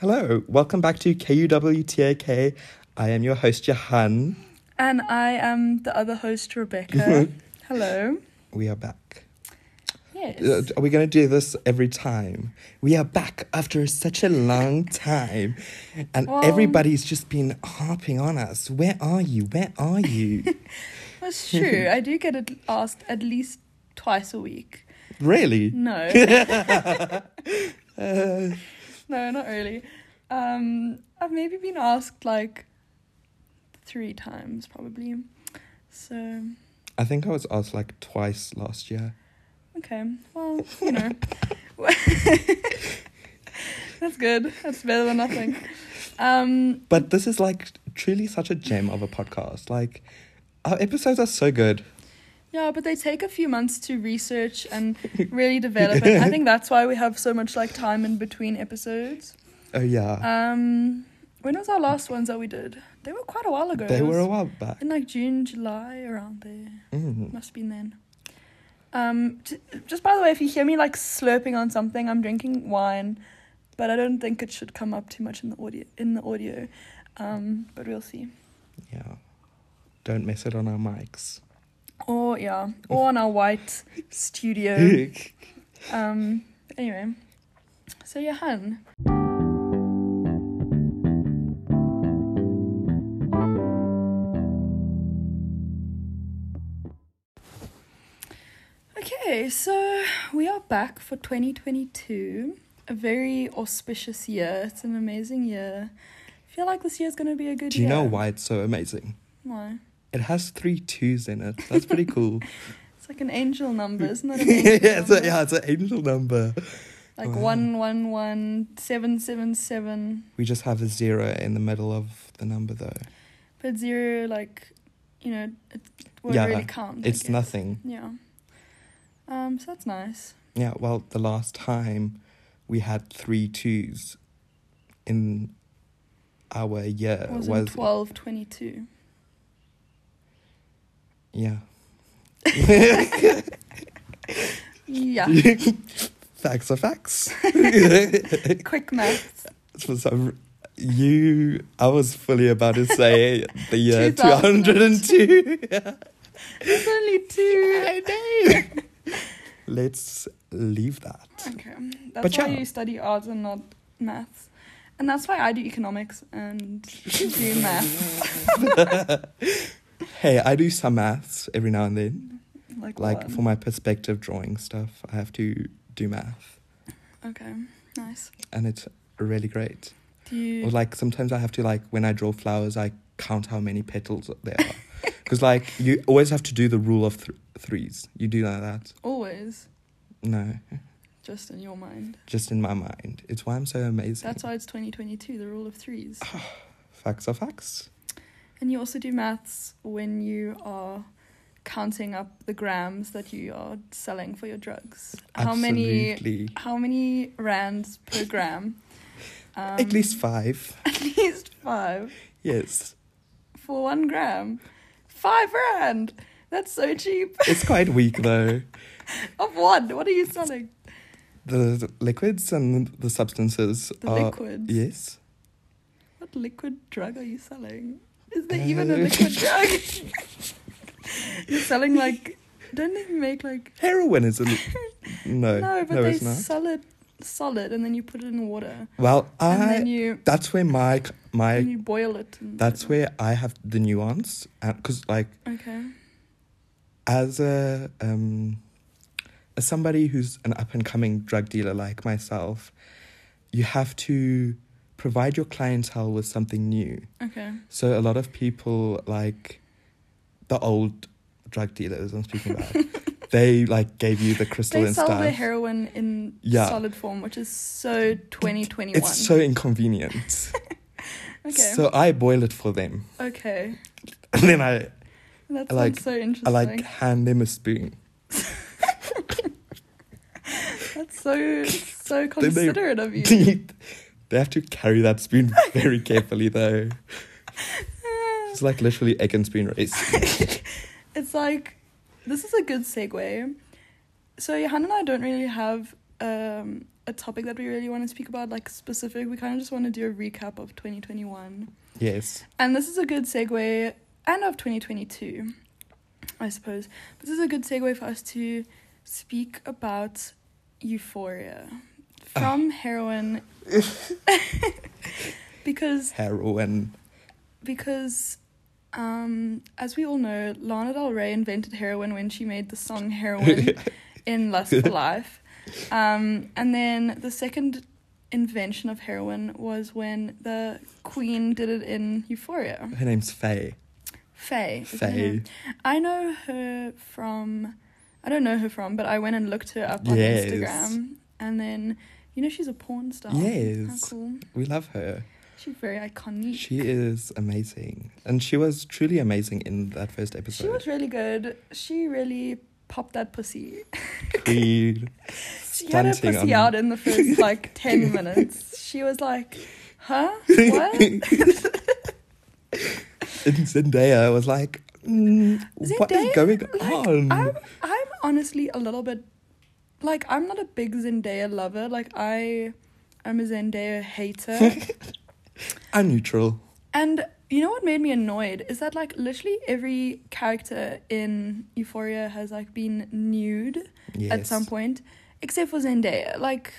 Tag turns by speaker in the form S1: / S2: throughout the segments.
S1: Hello, welcome back to KUWTAK. I am your host, Jahan.
S2: And I am the other host, Rebecca. Hello.
S1: We are back. Uh,
S2: Yes.
S1: Are we going to do this every time? We are back after such a long time. And
S2: Well-
S1: everybody's just been harping on us. Where are you? Where are you?
S2: That's true. I do get ad- asked at least twice a week.
S1: really? Uh,
S2: No. no, not really. Um, I've maybe been asked like three times, probably. So,
S1: I think I was asked like twice last year.
S2: okay. Well, you know. That's good. That's better than nothing. Um,
S1: But this is like truly such a gem of a podcast. Like, our episodes are so good.
S2: Yeah, but they take a few months to research and really develop it. I think that's why we have so much like time in between episodes.
S1: Oh, yeah.
S2: Um, when was our last ones that we did? They were quite a while ago.
S1: they
S2: It
S1: were a
S2: was
S1: while back.
S2: in like June, July, around there.
S1: Mm.
S2: Must have been then. Um, j- just by the way, if you hear me like slurping on something, I'm drinking wine, but I don't think it should come up too much in the audio. In the audio, um, but we'll see.
S1: Yeah. Don't mess it on our mics.
S2: Or yeah, or on our white studio. Um. Anyway, so Johan, okay, so we are back for 2022, a very auspicious year. It's an amazing year. I feel like this year's going to be a good
S1: Do you
S2: year.
S1: know why it's so amazing?
S2: Why?
S1: It has three twos in it. That's pretty cool.
S2: It's like an angel number, isn't it?
S1: yeah,
S2: An angel
S1: it's a,
S2: number?
S1: yeah, it's an angel number.
S2: Like
S1: Wow.
S2: one one one seven seven seven.
S1: We just have a zero in the middle of the number, though.
S2: But zero, like, you know, it won't
S1: Yeah, uh,
S2: really count. I
S1: it's
S2: guess.
S1: nothing.
S2: Yeah. Um, so that's nice.
S1: Yeah, well, the last time we had three twos in our year
S2: It
S1: was,
S2: was, in twelve twenty two.
S1: yeah.
S2: Yeah.
S1: facts are facts.
S2: Quick maths.
S1: For some, you, I was fully about to say the year
S2: 2000.
S1: 202.
S2: It's only two.
S1: I know. Let's leave that.
S2: Okay. That's
S1: But
S2: why
S1: yeah.
S2: you study arts and not maths. And that's why I do economics and do maths.
S1: Hey, I do some maths every now and then.
S2: Like,
S1: Like
S2: what?
S1: for my perspective drawing stuff, I have to do math.
S2: Okay. Nice.
S1: And it's really great.
S2: Do you
S1: Or like sometimes I have to like when I draw flowers, I count how many petals there are. Because like you always have to do the rule of th- threes. You do know that?
S2: always
S1: No,
S2: just in your mind?
S1: just in my mind. It's why I'm so amazing.
S2: That's why it's twenty twenty two, the rule of threes.
S1: Facts are facts.
S2: And you also do maths when you are counting up the grams that you are selling for your drugs. How many
S1: Absolutely.
S2: how many rands per gram? Um,
S1: At least five.
S2: at least five
S1: Yes.
S2: for one gram. Five rand. That's so cheap.
S1: It's quite weak though.
S2: Of what? What are you selling?
S1: The liquids and the substances
S2: The
S1: are.
S2: liquids.
S1: Yes.
S2: What liquid drug are you selling? Is
S1: Uh,
S2: there even a liquid drug? You're selling like don't they make like
S1: Heroin is a. Li- no.
S2: No, but they
S1: it's not.
S2: sell it solid and then you put it in water.
S1: well,
S2: and then
S1: I.
S2: you
S1: That's where my c-
S2: and
S1: my.
S2: you boil it. And
S1: That's where I have the nuance, because like
S2: Okay.
S1: as a um, as somebody who's an up and coming drug dealer like myself, you have to provide your clientele with something new.
S2: Okay.
S1: So a lot of people like the old drug dealers I'm speaking about. they like gave you the crystal
S2: They
S1: and
S2: sell
S1: stuff.
S2: the heroin in
S1: Yeah.
S2: solid form, which is so 2021.
S1: it's so inconvenient.
S2: okay.
S1: So I boil it for them,
S2: okay.
S1: and then I
S2: That sounds
S1: I like-
S2: so
S1: I
S2: interesting.
S1: like hand them a spoon.
S2: That's so so
S1: they-
S2: considerate of you.
S1: they have to carry that spoon very carefully though. It's like literally egg and spoon race.
S2: it's like this is a good segue. So Johan and I don't really have um, a topic that we really want to speak about, like specific. We kind of just want to do a recap of 2021.
S1: Yes.
S2: And this is a good segue, and of 2022, I suppose. This is a good segue for us to speak about euphoria from heroin. because
S1: Heroin.
S2: because um, as we all know, Lana Del Rey invented heroin when she made the song Heroin in Lust for Life. Um, and then the second invention of heroin was when the Queen did it in Euphoria.
S1: Her name's Faye.
S2: Faye. is her
S1: Faye.
S2: name. I know her from, I don't know her from, but I went and looked her up on
S1: Yes.
S2: Instagram. And then, you know, she's a porn star. How
S1: Yes.
S2: cool.
S1: We love her.
S2: She's very iconic.
S1: She is amazing. And she was truly amazing in that first
S2: She
S1: episode.
S2: was really good. She really popped that pussy.
S1: Queen.
S2: She had her
S1: Stunting
S2: pussy
S1: on-
S2: out in the first like 10 minutes. She was like, huh? What?
S1: And Zendaya was like, mm, what is
S2: Zendaya,
S1: going
S2: like,
S1: on?
S2: I'm, I'm honestly a little bit like, I'm not a big Zendaya lover. Like, I am a Zendaya hater.
S1: I'm neutral.
S2: and you know what made me annoyed is that, like, literally every character in Euphoria has, like, been nude
S1: Yes.
S2: at some point, except for Zendaya. Like,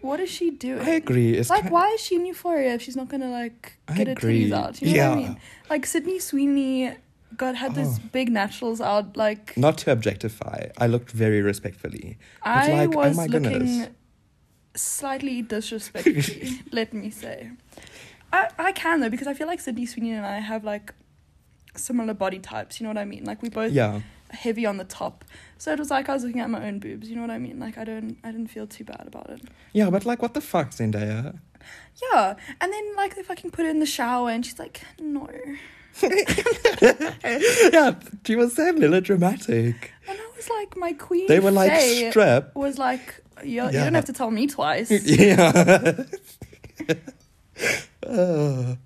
S2: what is she doing?
S1: I agree. It's
S2: like,
S1: ki-
S2: why is she in Euphoria if she's not gonna like
S1: I
S2: get her
S1: agree.
S2: titties out? You know what I
S1: Yeah. Oh.
S2: mean? Like Sydney Sweeney got had those big naturals out. Like
S1: Not to objectify. I looked very respectfully.
S2: I
S1: like, oh
S2: was
S1: my
S2: looking
S1: goodness.
S2: slightly disrespectfully. let me say, I I can though because I feel like Sydney Sweeney and I have like similar body types. You know what I mean? Like we both
S1: Yeah.
S2: heavy on the top, so it was like I was looking at my own boobs. You know what I mean? Like I don't I didn't feel too bad about it.
S1: Yeah, but like, what the fuck, Zendaya?
S2: Yeah, and then like they fucking put her in the shower and she's like no.
S1: yeah, she was so melodramatic.
S2: And I was like, my queen.
S1: They were like,
S2: Faye
S1: strip.
S2: was like, you, you
S1: Yeah.
S2: don't have to tell me twice.
S1: yeah. Oh.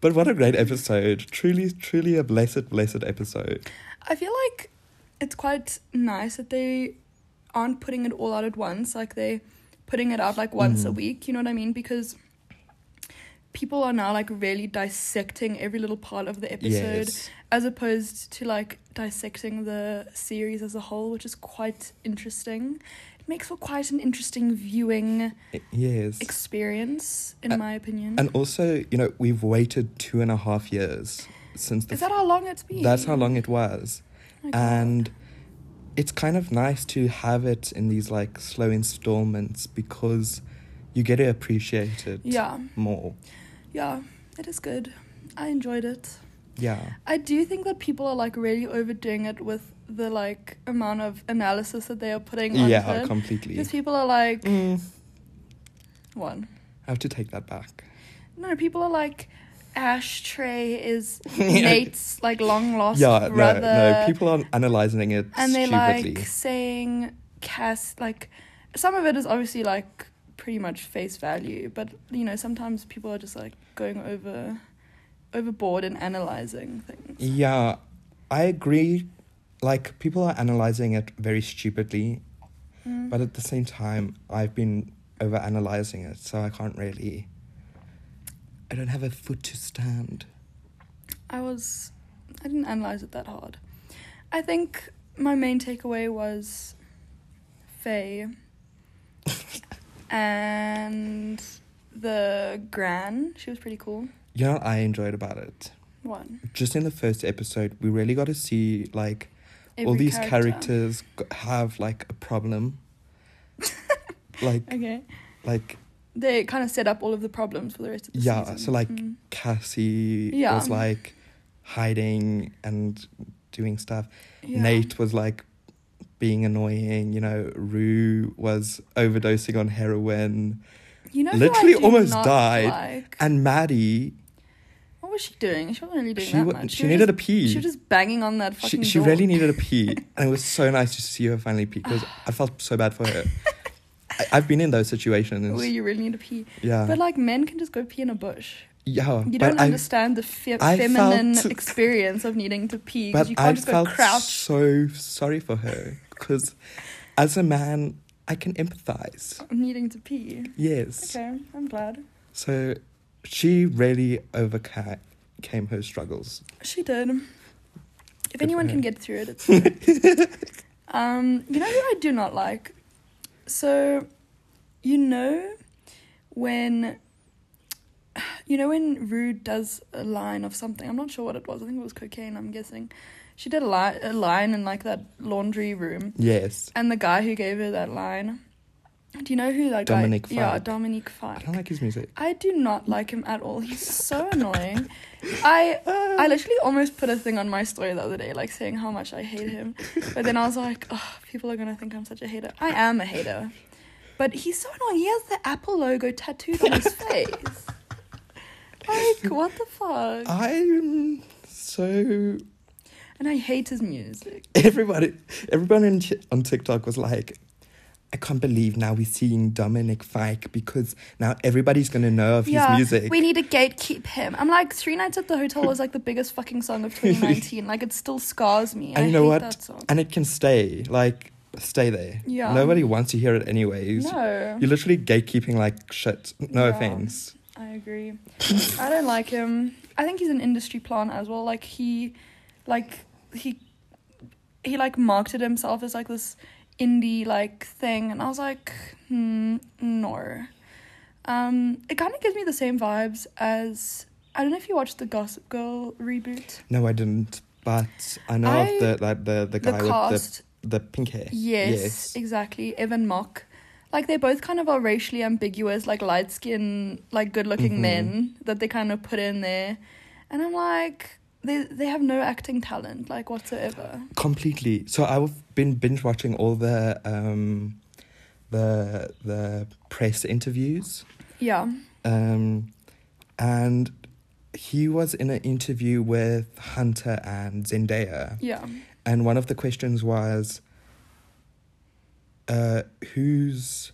S1: But what a great episode. Truly, truly a blessed, blessed episode.
S2: I feel like it's quite nice that they aren't putting it all out at once. Like they putting it out like once
S1: Mm.
S2: a week. You know what I mean? Because people are now like really dissecting every little part of the episode
S1: Yes.
S2: as opposed to like dissecting the series as a whole, which is quite interesting. It makes for quite an interesting viewing
S1: Y- Yes.
S2: experience, in
S1: Uh,
S2: my opinion.
S1: and also, you know, we've waited two and a half years since the.
S2: Is that how long it's been?
S1: that's how long it was.
S2: My God.
S1: and it's kind of nice to have it in these like slow installments because you get to appreciate it
S2: yeah,
S1: more.
S2: yeah, it is good. I enjoyed it.
S1: Yeah.
S2: I do think that people are like really overdoing it with the like amount of analysis that they are putting on
S1: Yeah, oh,
S2: it.
S1: completely.
S2: Because people are like,
S1: Mm,
S2: one,
S1: I have to take that back.
S2: no, people are like, ashtray is Nate's like long lost
S1: yeah,
S2: brother.
S1: no, no. People are analyzing it
S2: and they
S1: stupidly.
S2: like saying Cass like some of it is obviously like pretty much face value, but you know sometimes people are just like going over overboard and analyzing things.
S1: yeah, I agree. Like people are analyzing it very stupidly,
S2: Mm.
S1: but at the same time, I've been over analyzing it, so I can't really. I don't have a foot to stand.
S2: I was I didn't analyze it that hard. I think my main takeaway was Faye and the Gran. She was pretty cool.
S1: You know what I enjoyed about it?
S2: One.
S1: Just in the first episode, we really got to see like all
S2: Every
S1: these
S2: character.
S1: characters g- have like a problem. like
S2: Okay.
S1: like
S2: They kind of set up all of the problems for the rest of the
S1: Yeah,
S2: season.
S1: so, like,
S2: Mm.
S1: Cassie
S2: Yeah.
S1: was like hiding and doing stuff.
S2: Yeah.
S1: Nate was like being annoying, you know, Rue was overdosing on heroin.
S2: you know, who I
S1: literally
S2: do
S1: almost
S2: not
S1: died
S2: like?
S1: And Maddie
S2: what was she doing? She wasn't really doing
S1: she
S2: that
S1: wa-
S2: much.
S1: she
S2: was
S1: needed
S2: just-
S1: a pee.
S2: She was just banging on that fucking.
S1: she, she
S2: door.
S1: really needed a pee. and it was so nice to see her finally pee because I felt so bad for her. I, I've been in those situations.
S2: Where you really need to pee,
S1: yeah.
S2: but like men can just go pee in a bush.
S1: yeah.
S2: You
S1: but
S2: don't
S1: I-
S2: understand the fe-
S1: I
S2: feminine
S1: felt-
S2: experience of needing to pee because
S1: But
S2: you can't
S1: I
S2: just go
S1: felt
S2: crouch.
S1: so sorry for her because, as a man, I can empathize.
S2: I'm needing to pee.
S1: Yes.
S2: Okay, I'm glad.
S1: So she really overcame her struggles.
S2: She did. If
S1: for
S2: anyone can
S1: her.
S2: get through it, it's her. um, you know who I do not like? So, you know when you know when Rude does a line of something. I'm not sure what it was. I think it was cocaine. I'm guessing. She did a, li- a line in like that laundry room,
S1: Yes.
S2: and the guy who gave her that line. Do you know who that
S1: Dominic
S2: guy? Yeah,
S1: Fike.
S2: Dominic
S1: I
S2: Fike.
S1: don't like his music.
S2: I do not like him at all. He's so annoying. I
S1: Um,
S2: I literally almost put a thing on my story the other day, like saying how much I hate him. But then I was like, oh, people are gonna think I'm such a hater. I am a hater. But he's so annoying. He has the Apple logo tattooed on his face. Like, what the fuck?
S1: I'm so
S2: and I hate his music.
S1: everybody everyone on, Ti- on TikTok was like I can't believe now we're seeing Dominic Fike because now everybody's gonna know of his music.
S2: We need to gatekeep him. I'm like, Three Nights at the Hotel was like the biggest fucking song of 2019. like, it still scars me.
S1: And
S2: I
S1: you know
S2: hate
S1: what?
S2: that song.
S1: and it can stay, like stay there.
S2: Yeah.
S1: Nobody wants to hear it anyways.
S2: No.
S1: You're literally gatekeeping like shit. No
S2: Yeah.
S1: offense.
S2: I agree. I don't like him. I think he's an industry plant as well. Like he, like he, he like marketed himself as like this indie like thing, and I was like, hmm, no. Um, it kind of gives me the same vibes as I don't know if you watched the Gossip Girl reboot.
S1: No, I didn't. But I know
S2: I-
S1: of the like the the
S2: The
S1: guy with
S2: cast,
S1: the the pink hair.
S2: yes,
S1: Yes.
S2: exactly. Evan Mock. Like they both kind of are racially ambiguous, like light skinned like good looking
S1: Mhm.
S2: men that they kind of put in there. And I'm like, they they have no acting talent, like whatsoever.
S1: Completely. So I've been binge watching all the um the the press interviews.
S2: Yeah.
S1: Um and he was in an interview with Hunter and Zendaya
S2: Yeah.
S1: and one of the questions was uh who's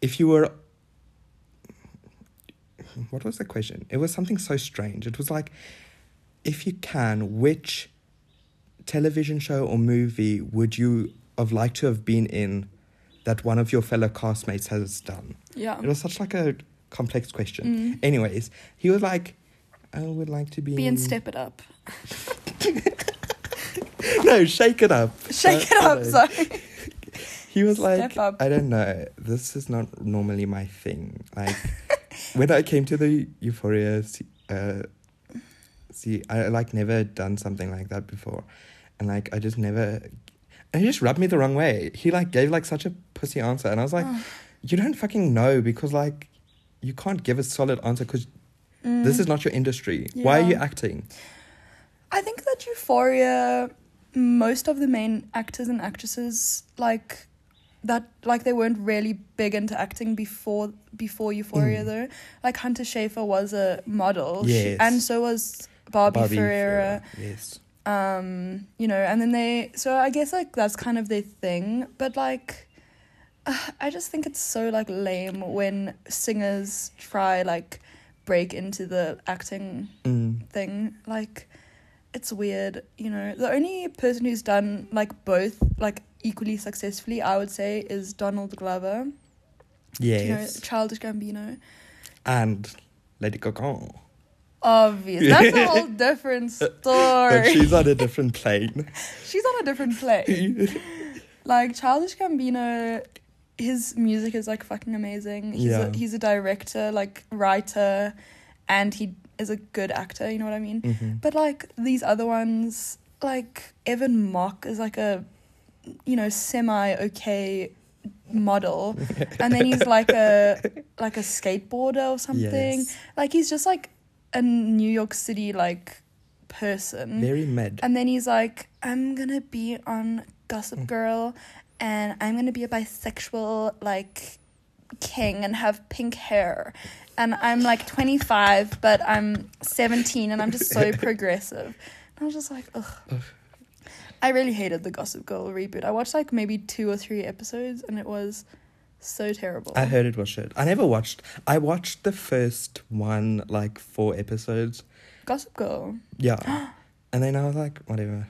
S1: if you were what was the question it was something so strange it was like if you can which television show or movie would you have liked to have been in that one of your fellow castmates has done
S2: Yeah.
S1: it was such like a complex question
S2: Mm.
S1: anyways he was like i would like to be,
S2: Be and step it up.
S1: no shake it up
S2: Shake it
S1: Uh,
S2: up,
S1: no.
S2: sorry.
S1: He was
S2: Step
S1: like,
S2: up.
S1: I don't know. This is not normally my thing. Like, when I came to the Euphoria, se- uh, see, I like never done something like that before, and like I just never. And he just rubbed me the wrong way. He like gave like such a pussy answer, and I was like,
S2: Oh.
S1: you don't fucking know because like, you can't give a solid answer because this
S2: Mm.
S1: is not your industry. Why are
S2: Yeah.
S1: you acting?
S2: I think that Euphoria, most of the main actors and actresses like that, like they weren't really big into acting before before Euphoria
S1: Mm.
S2: though. Like Hunter Schafer was a model,
S1: Yes.
S2: and so was Barbie, Ferreira.
S1: Yes.
S2: Um, you know, and then they. So I guess like that's kind of their thing, but like. I just think it's so like lame when singers try like break into the acting
S1: Mm.
S2: thing. Like, it's weird, you know. The only person who's done like both like equally successfully, I would say, is Donald Glover.
S1: Yes.
S2: You know, Childish Gambino.
S1: and Lady Gaga.
S2: Obvious. That's a whole different
S1: But
S2: story.
S1: she's on a different plane.
S2: She's on a different plane.
S1: Mm-hmm.
S2: Like Childish Gambino, his music is like fucking amazing. He's
S1: Yeah.
S2: a, he's a director, like writer, and he is a good actor. You know what I mean?
S1: Mhm.
S2: But like these other ones, like Evan Mock is like a, you know, semi okay model, and then he's like a like a skateboarder or something.
S1: Yes.
S2: Like he's just like a New York City like person.
S1: Very mid.
S2: And then he's like, I'm gonna be on Gossip
S1: Mm.
S2: Girl and I'm gonna be a bisexual like king and have pink hair. And I'm like 25, but I'm 17 and I'm just so progressive. And I was just like, ugh. I really hated the Gossip Girl reboot. I watched like maybe two or three episodes and it was so terrible.
S1: I heard it was shit. I never watched. I watched the first one, like four episodes.
S2: Gossip Girl.
S1: Yeah. and then I was like, whatever.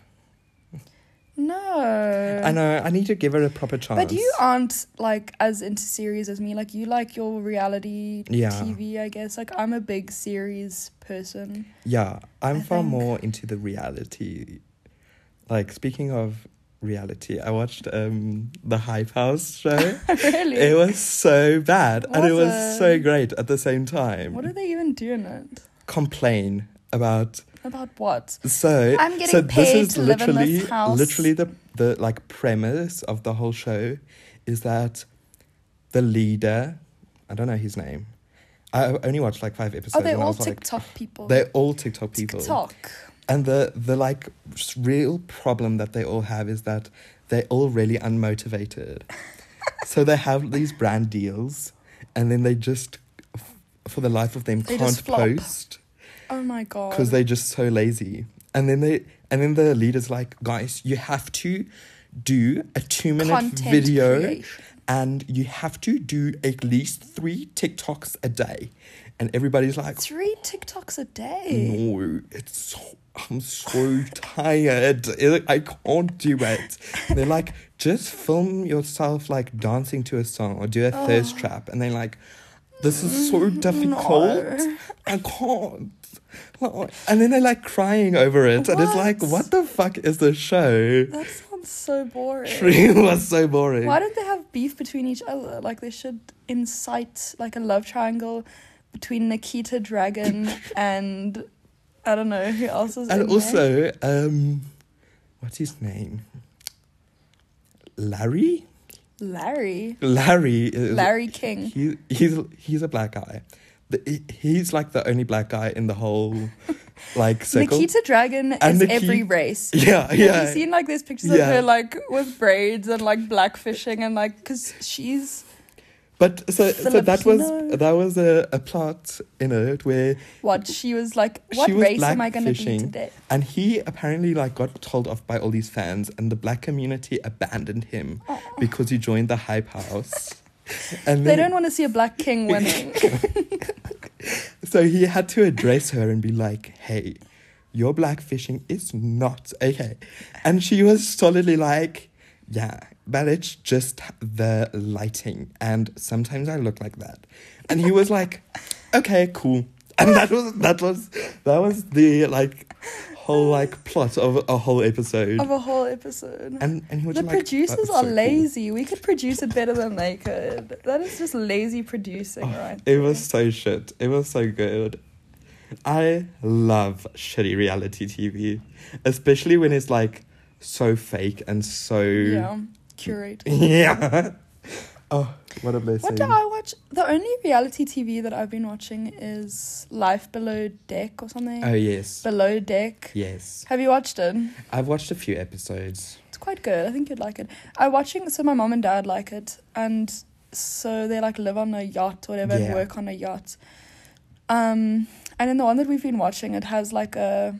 S2: No.
S1: I know. I need to give her a proper chance.
S2: But you aren't like as into series as me. Like you like your reality
S1: Yeah.
S2: TV, I guess. Like I'm a big series person.
S1: Yeah, I'm
S2: I
S1: far
S2: think-
S1: more into the reality. Like speaking of reality, I watched um the Hype House show.
S2: really?
S1: it was so bad and it
S2: Was
S1: was so
S2: it?
S1: great at the same time.
S2: what do they even do in it?
S1: Complain about
S2: About what?
S1: so
S2: I'm getting
S1: so this
S2: paid
S1: is
S2: to live in this
S1: literally
S2: house.
S1: literally the the like premise of the whole show is that the leader, I don't know his name. I only watched like five episodes.
S2: Oh, they're
S1: and I
S2: all
S1: was like,
S2: TikTok people.
S1: they're all TikTok people.
S2: TikTok.
S1: And the the like s- real problem that they all have is that they're all really unmotivated. so they have these brand deals, and then they just, f- for the life of them,
S2: They just
S1: can't
S2: flop.
S1: post
S2: Oh my god.
S1: because they're just so lazy. And then they and then the leader's like, guys, you have to do a two minute
S2: Content
S1: video,
S2: creation.
S1: and you have to do at least three TikToks a day. And everybody's like,
S2: Three TikToks a day.
S1: no, it's so, I'm so tired. I- I can't do it. They're like, just film yourself like dancing to a song or do a thirst trap. And they're like, this is so difficult.
S2: no.
S1: I can't. Like, And then they're like crying over it. And it's like,
S2: What?
S1: what the fuck is this show?
S2: That sounds so boring.
S1: It was so boring.
S2: Why don't they have beef between each other? Like they should incite like a love triangle between Nikita Dragon and I don't know who else is. in
S1: And
S2: there.
S1: also, um, what's his name? Larry?
S2: Larry,
S1: Larry is
S2: Larry King.
S1: He he's he's a black guy. The, he- he's like the only black guy in the whole like circle.
S2: Nikita Dragon is
S1: And Niki-
S2: every race.
S1: Yeah,
S2: Have
S1: yeah.
S2: you seen like there's pictures of
S1: Yeah.
S2: her like with braids and like blackfishing and like because she's
S1: But so so that was
S2: Filipino?
S1: that was a, a plot in it where
S2: what she was like
S1: She
S2: what
S1: was
S2: race am I gonna be
S1: blackfishing.
S2: today?
S1: and he apparently like got told off by all these fans and the black community abandoned him because he joined the hype house. And
S2: They
S1: then,
S2: don't want to see a black king winning.
S1: so he had to address her and be like, "Hey, your black fishing is not okay," and she was solidly like, "Yeah, but it's just the lighting, and sometimes I look like that," and he was like, "Okay, cool," and that was that was that was the like whole like plot of a whole episode,
S2: of a whole episode.
S1: and and he was
S2: the
S1: like,
S2: producers
S1: "That's
S2: are
S1: so cool."
S2: lazy. We could produce it better than they could. That is just lazy producing, right?
S1: Oh, It
S2: there.
S1: was so shit. It was so good. I love shitty reality TV, especially when it's like so fake and so
S2: yeah, curate.
S1: Yeah. Oh, what a blessing!
S2: What do I watch? The only reality TV that I've been watching is Life Below Deck or something.
S1: oh yes,
S2: Below Deck.
S1: yes.
S2: Have you watched it?
S1: I've watched a few episodes.
S2: It's quite good. I think you'd like it. I'm watching. So my mom and dad like it, and so they like live on a yacht, or whatever, and
S1: Yeah.
S2: work on a yacht. Um, and in the one that we've been watching, it has like a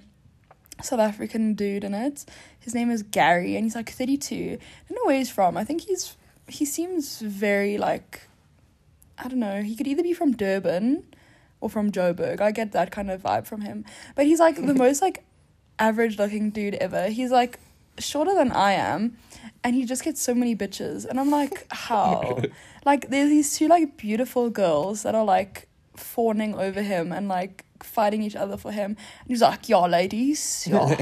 S2: South African dude in it. His name is Gary, and he's like 32. I don't know where he's from. I think he's he seems very like I don't know. He could either be from Durban or from Joburg. I get that kind of vibe from him. But he's like the most like average looking dude ever. He's like shorter than I am and he just gets so many bitches and I'm like how? like there's these two like beautiful girls that are like fawning over him and like fighting each other for him. And he's like, "Yo ladies, yo,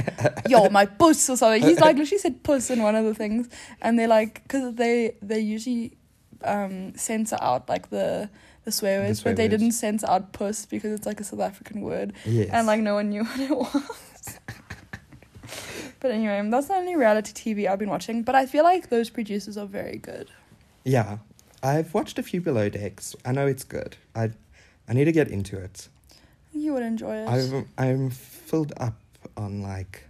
S2: yo my puss or something." He's like literally said puss in one of the things and they're like cuz they they usually um censor out like the the swear
S1: The
S2: words,
S1: swear
S2: but they
S1: words.
S2: didn't censor out puss because it's like a South African word
S1: Yes.
S2: and like no one knew what it was. but anyway, that's the only reality TV I've been watching. But I feel like those producers are very good.
S1: yeah, I've watched a few Below Decks. I know it's good. I, I need to get into it.
S2: You would enjoy it.
S1: I'm I'm filled up on like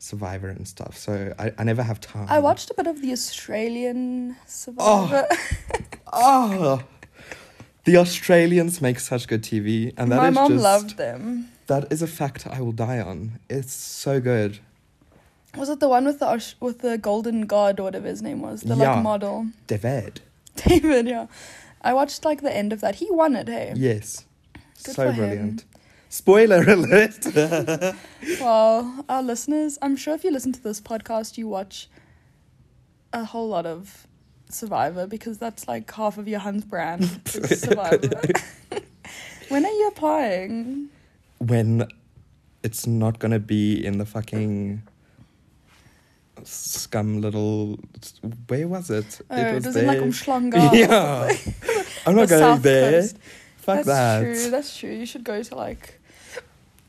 S1: Survivor and stuff, so I, I never have time.
S2: I watched a bit of the Australian Survivor.
S1: Oh, the Australians make such good TV, and that is
S2: My mom
S1: just
S2: loved them.
S1: that is a fact I will die on. It's so good.
S2: Was it the one with the Aus- with the golden god or whatever his name was? The
S1: Yeah.
S2: like model,
S1: David,
S2: David. Yeah, I watched like the end of that. He won it. Hey,
S1: yes, so
S2: Good for him.
S1: brilliant. Spoiler alert.
S2: Well, our listeners, I'm sure if you listen to this podcast, you watch a whole lot of Survivor because that's like half of Johan's brand is Survivor. when are you applying?
S1: when it's not gonna be in the fucking scum little where was it?
S2: Oh, it was in like Umschlanga.
S1: yeah. I'm
S2: The
S1: not going
S2: South
S1: there.
S2: Coast.
S1: Fuck
S2: that's
S1: that.
S2: true. That's true. You should go to like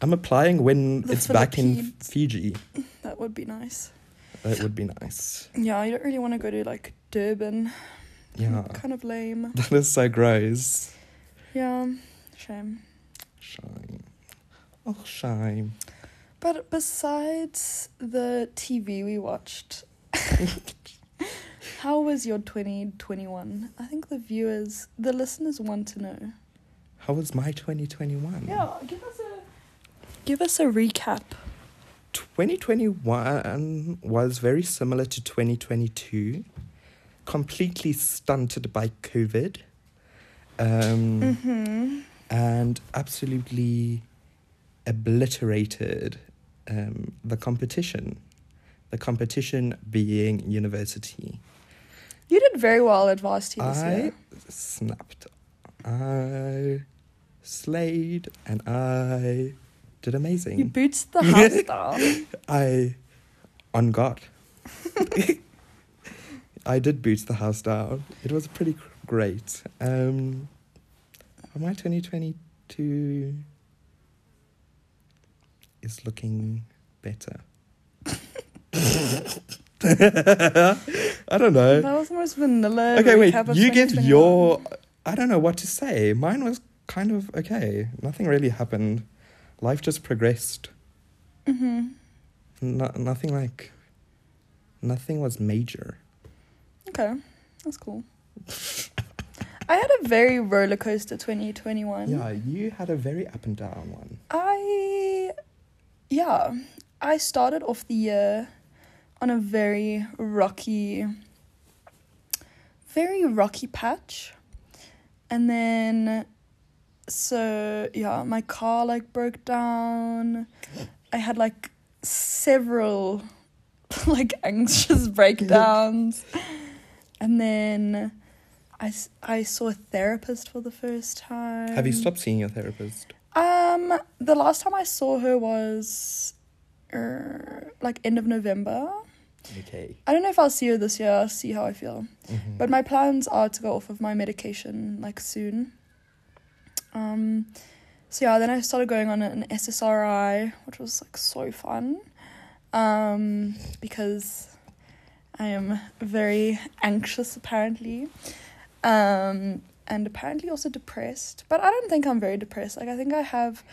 S1: I'm applying when
S2: The
S1: it's back in
S2: Philippines.
S1: Fiji.
S2: that would be nice.
S1: That would be nice.
S2: Yeah, you don't really want to go to like Durban.
S1: Yeah.
S2: Kind of lame.
S1: That is so gross.
S2: Yeah, shame.
S1: Shame. Oh, shame.
S2: But besides the TV we watched, how was your 2021? I think the viewers, the listeners want to know.
S1: How was my 2021?
S2: give us a give us a recap.
S1: 2021 was very similar to 2022, completely stunted by COVID, um,
S2: Mhm.
S1: and absolutely obliterated um, the competition. The competition being university.
S2: You did very well at varsity this
S1: I
S2: year.
S1: snapped. I slayed and I did amazing.
S2: You boots the house down.
S1: I, on God, I did boot the house down. It was pretty cr- great. Um, my 2022 is looking better. I don't
S2: That
S1: know.
S2: was the most vanilla.
S1: Uh, Okay, wait.
S2: recap of
S1: You give
S2: 2021.
S1: your. I don't know what to say. Mine was kind of okay. Nothing really happened. Life just progressed
S2: Mhm.
S1: no, nothing like nothing was major
S2: Okay, that's cool. I had a very roller coaster 2021.
S1: yeah you had a very up and down one
S2: I, yeah, I started off the year on a very rocky, very rocky patch. And then, so yeah, my car like broke down. I had like several like anxious breakdowns. and then I, s- I saw a therapist for the first time.
S1: have you stopped seeing your therapist
S2: Um, the last time I saw her was er, like end of November.
S1: okay
S2: I don't know if I'll see her this year. I'll see how I feel.
S1: Mhm.
S2: But my plans are to go off of my medication like soon. Um, so yeah, then I started going on an SSRI, which was like so fun. Um, because I am very anxious apparently. Um, and apparently also depressed. But I don't think I'm very depressed. Like I think I have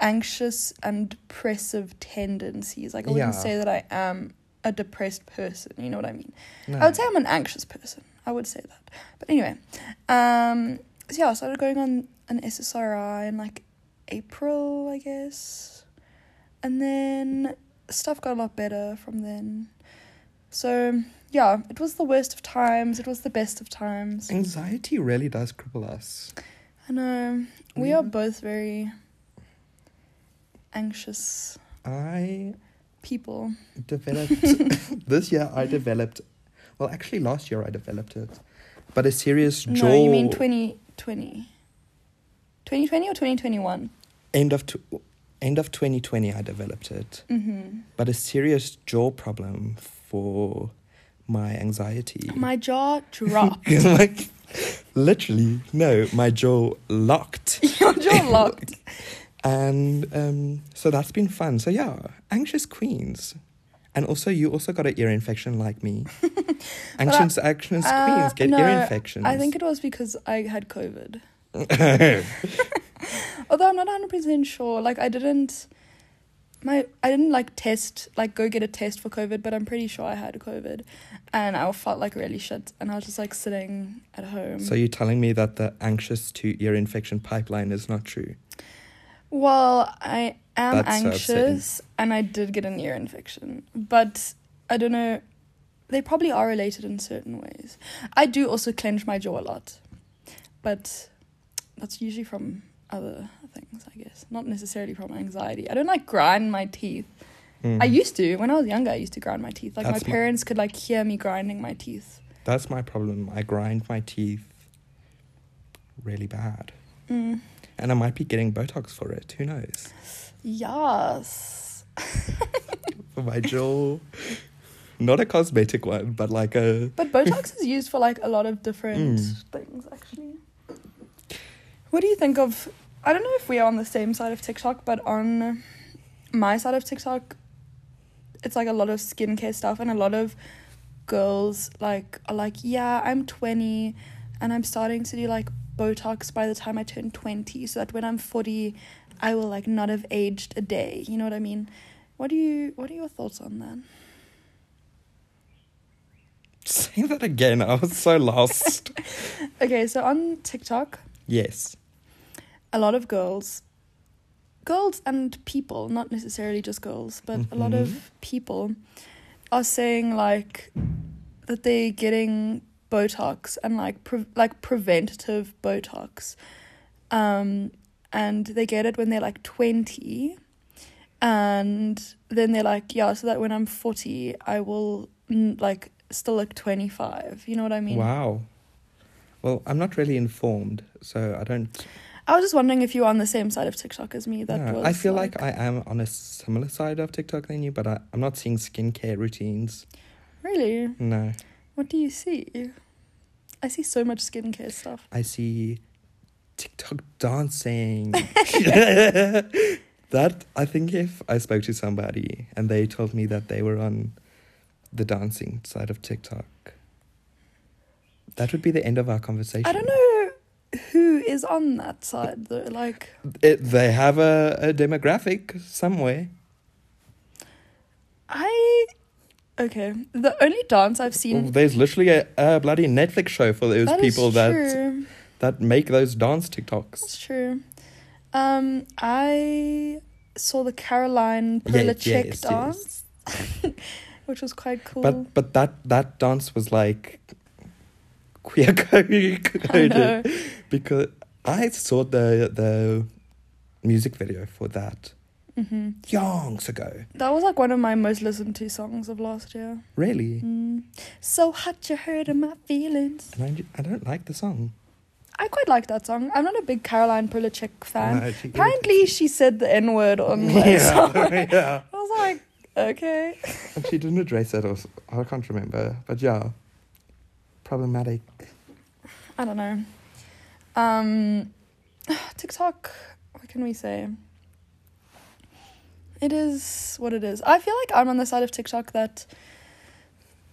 S2: anxious and depressive tendencies. Like I wouldn't
S1: Yeah.
S2: say that I am a depressed person, you know what I mean?
S1: no.
S2: I would say I'm an anxious person. I would say that. But anyway, um, so yeah, I started going on an SSRI in like April, I guess. And then stuff got a lot better from then. So yeah, it was the worst of times. It was the best of times.
S1: anxiety really does cripple us
S2: I know. We
S1: Yeah.
S2: are both very anxious
S1: i
S2: people.
S1: developed this year i developed well actually last year i developed it but a serious jaw
S2: No, you mean 2020. 2020 or 2021?
S1: end of tw end of 2020 i developed it
S2: Mm-hmm.
S1: but a serious jaw problem for my anxiety
S2: My jaw dropped.
S1: like literally no my jaw locked
S2: Your jaw locked.
S1: and um so that's been fun so yeah anxious queens and also you also got an ear infection like me anxious anxious
S2: uh,
S1: queens get
S2: no,
S1: ear infections
S2: I think it was because I had COVID. Although I'm not 100% sure. Like, I didn't. My I didn't like test like go get a test for COVID, but I'm pretty sure I had COVID, and I felt like really shit, and I was just like sitting at home.
S1: so you're telling me that the anxious to ear infection pipeline is not true
S2: Well, I am
S1: That's so upsetting.
S2: anxious and I did get an ear infection, but I don't know. They probably are related in certain ways. I do also clench my jaw a lot, but that's usually from other things, I guess. Not necessarily from anxiety. I don't like grind my teeth.
S1: Mm.
S2: I used to when I was younger. I used to grind my teeth. Like
S1: That's
S2: my
S1: my-
S2: parents could like hear me grinding my teeth.
S1: That's my problem. I grind my teeth really bad.
S2: Mm.
S1: And I might be getting Botox for it. Who knows?
S2: Yes.
S1: For my jaw. Not a cosmetic one, but like a.
S2: But Botox is used for like a lot of different
S1: Mm.
S2: things, actually. What do you think of? I don't know if we are on the same side of TikTok, but on my side of TikTok, it's like a lot of skincare stuff and a lot of girls like are like, yeah, I'm 20, and I'm starting to do like Botox by the time I turn 20, so that when I'm 40, I will like not have aged a day. You know what I mean? What do you? What are your thoughts on that?
S1: Say that again. I was so lost.
S2: Okay, so on TikTok,
S1: yes.
S2: a lot of girls girls and people not necessarily just girls but a lot
S1: Mhm.
S2: of people are saying like that they're getting botox and like pre- like preventative botox um and they get it when they're like 20 and then they're like yeah so that when i'm 40 i will mm, like still look 25 you know what i mean
S1: wow. Well, I'm not really informed, so I don't.
S2: i was just wondering if you were on the same side of tiktok as me that
S1: Yeah,
S2: was
S1: I feel like I am on a similar side of TikTok than you, but I, I'm not seeing skincare routines.
S2: really
S1: No.
S2: What do you see? I see so much skincare stuff.
S1: I see TikTok dancing. that I think if I spoke to somebody and they told me that they were on the dancing side of TikTok, that would be the end of our conversation.
S2: I don't know who is on that side though. Like,
S1: It, they have a, a demographic somewhere.
S2: I. Okay, the only dance I've
S1: Well,
S2: seen.
S1: There's literally a, a bloody Netflix show for those
S2: that is
S1: people that
S2: True.
S1: that make those dance TikToks.
S2: That's true. Um, I saw the Caroline
S1: Yeah,
S2: Polachek
S1: yes,
S2: dance,
S1: yes.
S2: which was quite cool.
S1: But but that that dance was like queer coded.
S2: I know.
S1: because I saw the the music video for that
S2: hmm
S1: yonks ago.
S2: That was like one of my most listened to songs of last year.
S1: Really,
S2: Mm. So hot, you hurting my feelings.
S1: and I, ju- I don't like the song.
S2: I quite like that song. I'm not a big Caroline Polachek fan.
S1: No, she-
S2: Apparently, she said the N word on that song.
S1: yeah, yeah.
S2: I was like, okay.
S1: And she didn't address it, or s- I can't remember. But yeah, problematic.
S2: I don't know. Um, TikTok, what can we say? It is what it is. I feel like I'm on the side of TikTok that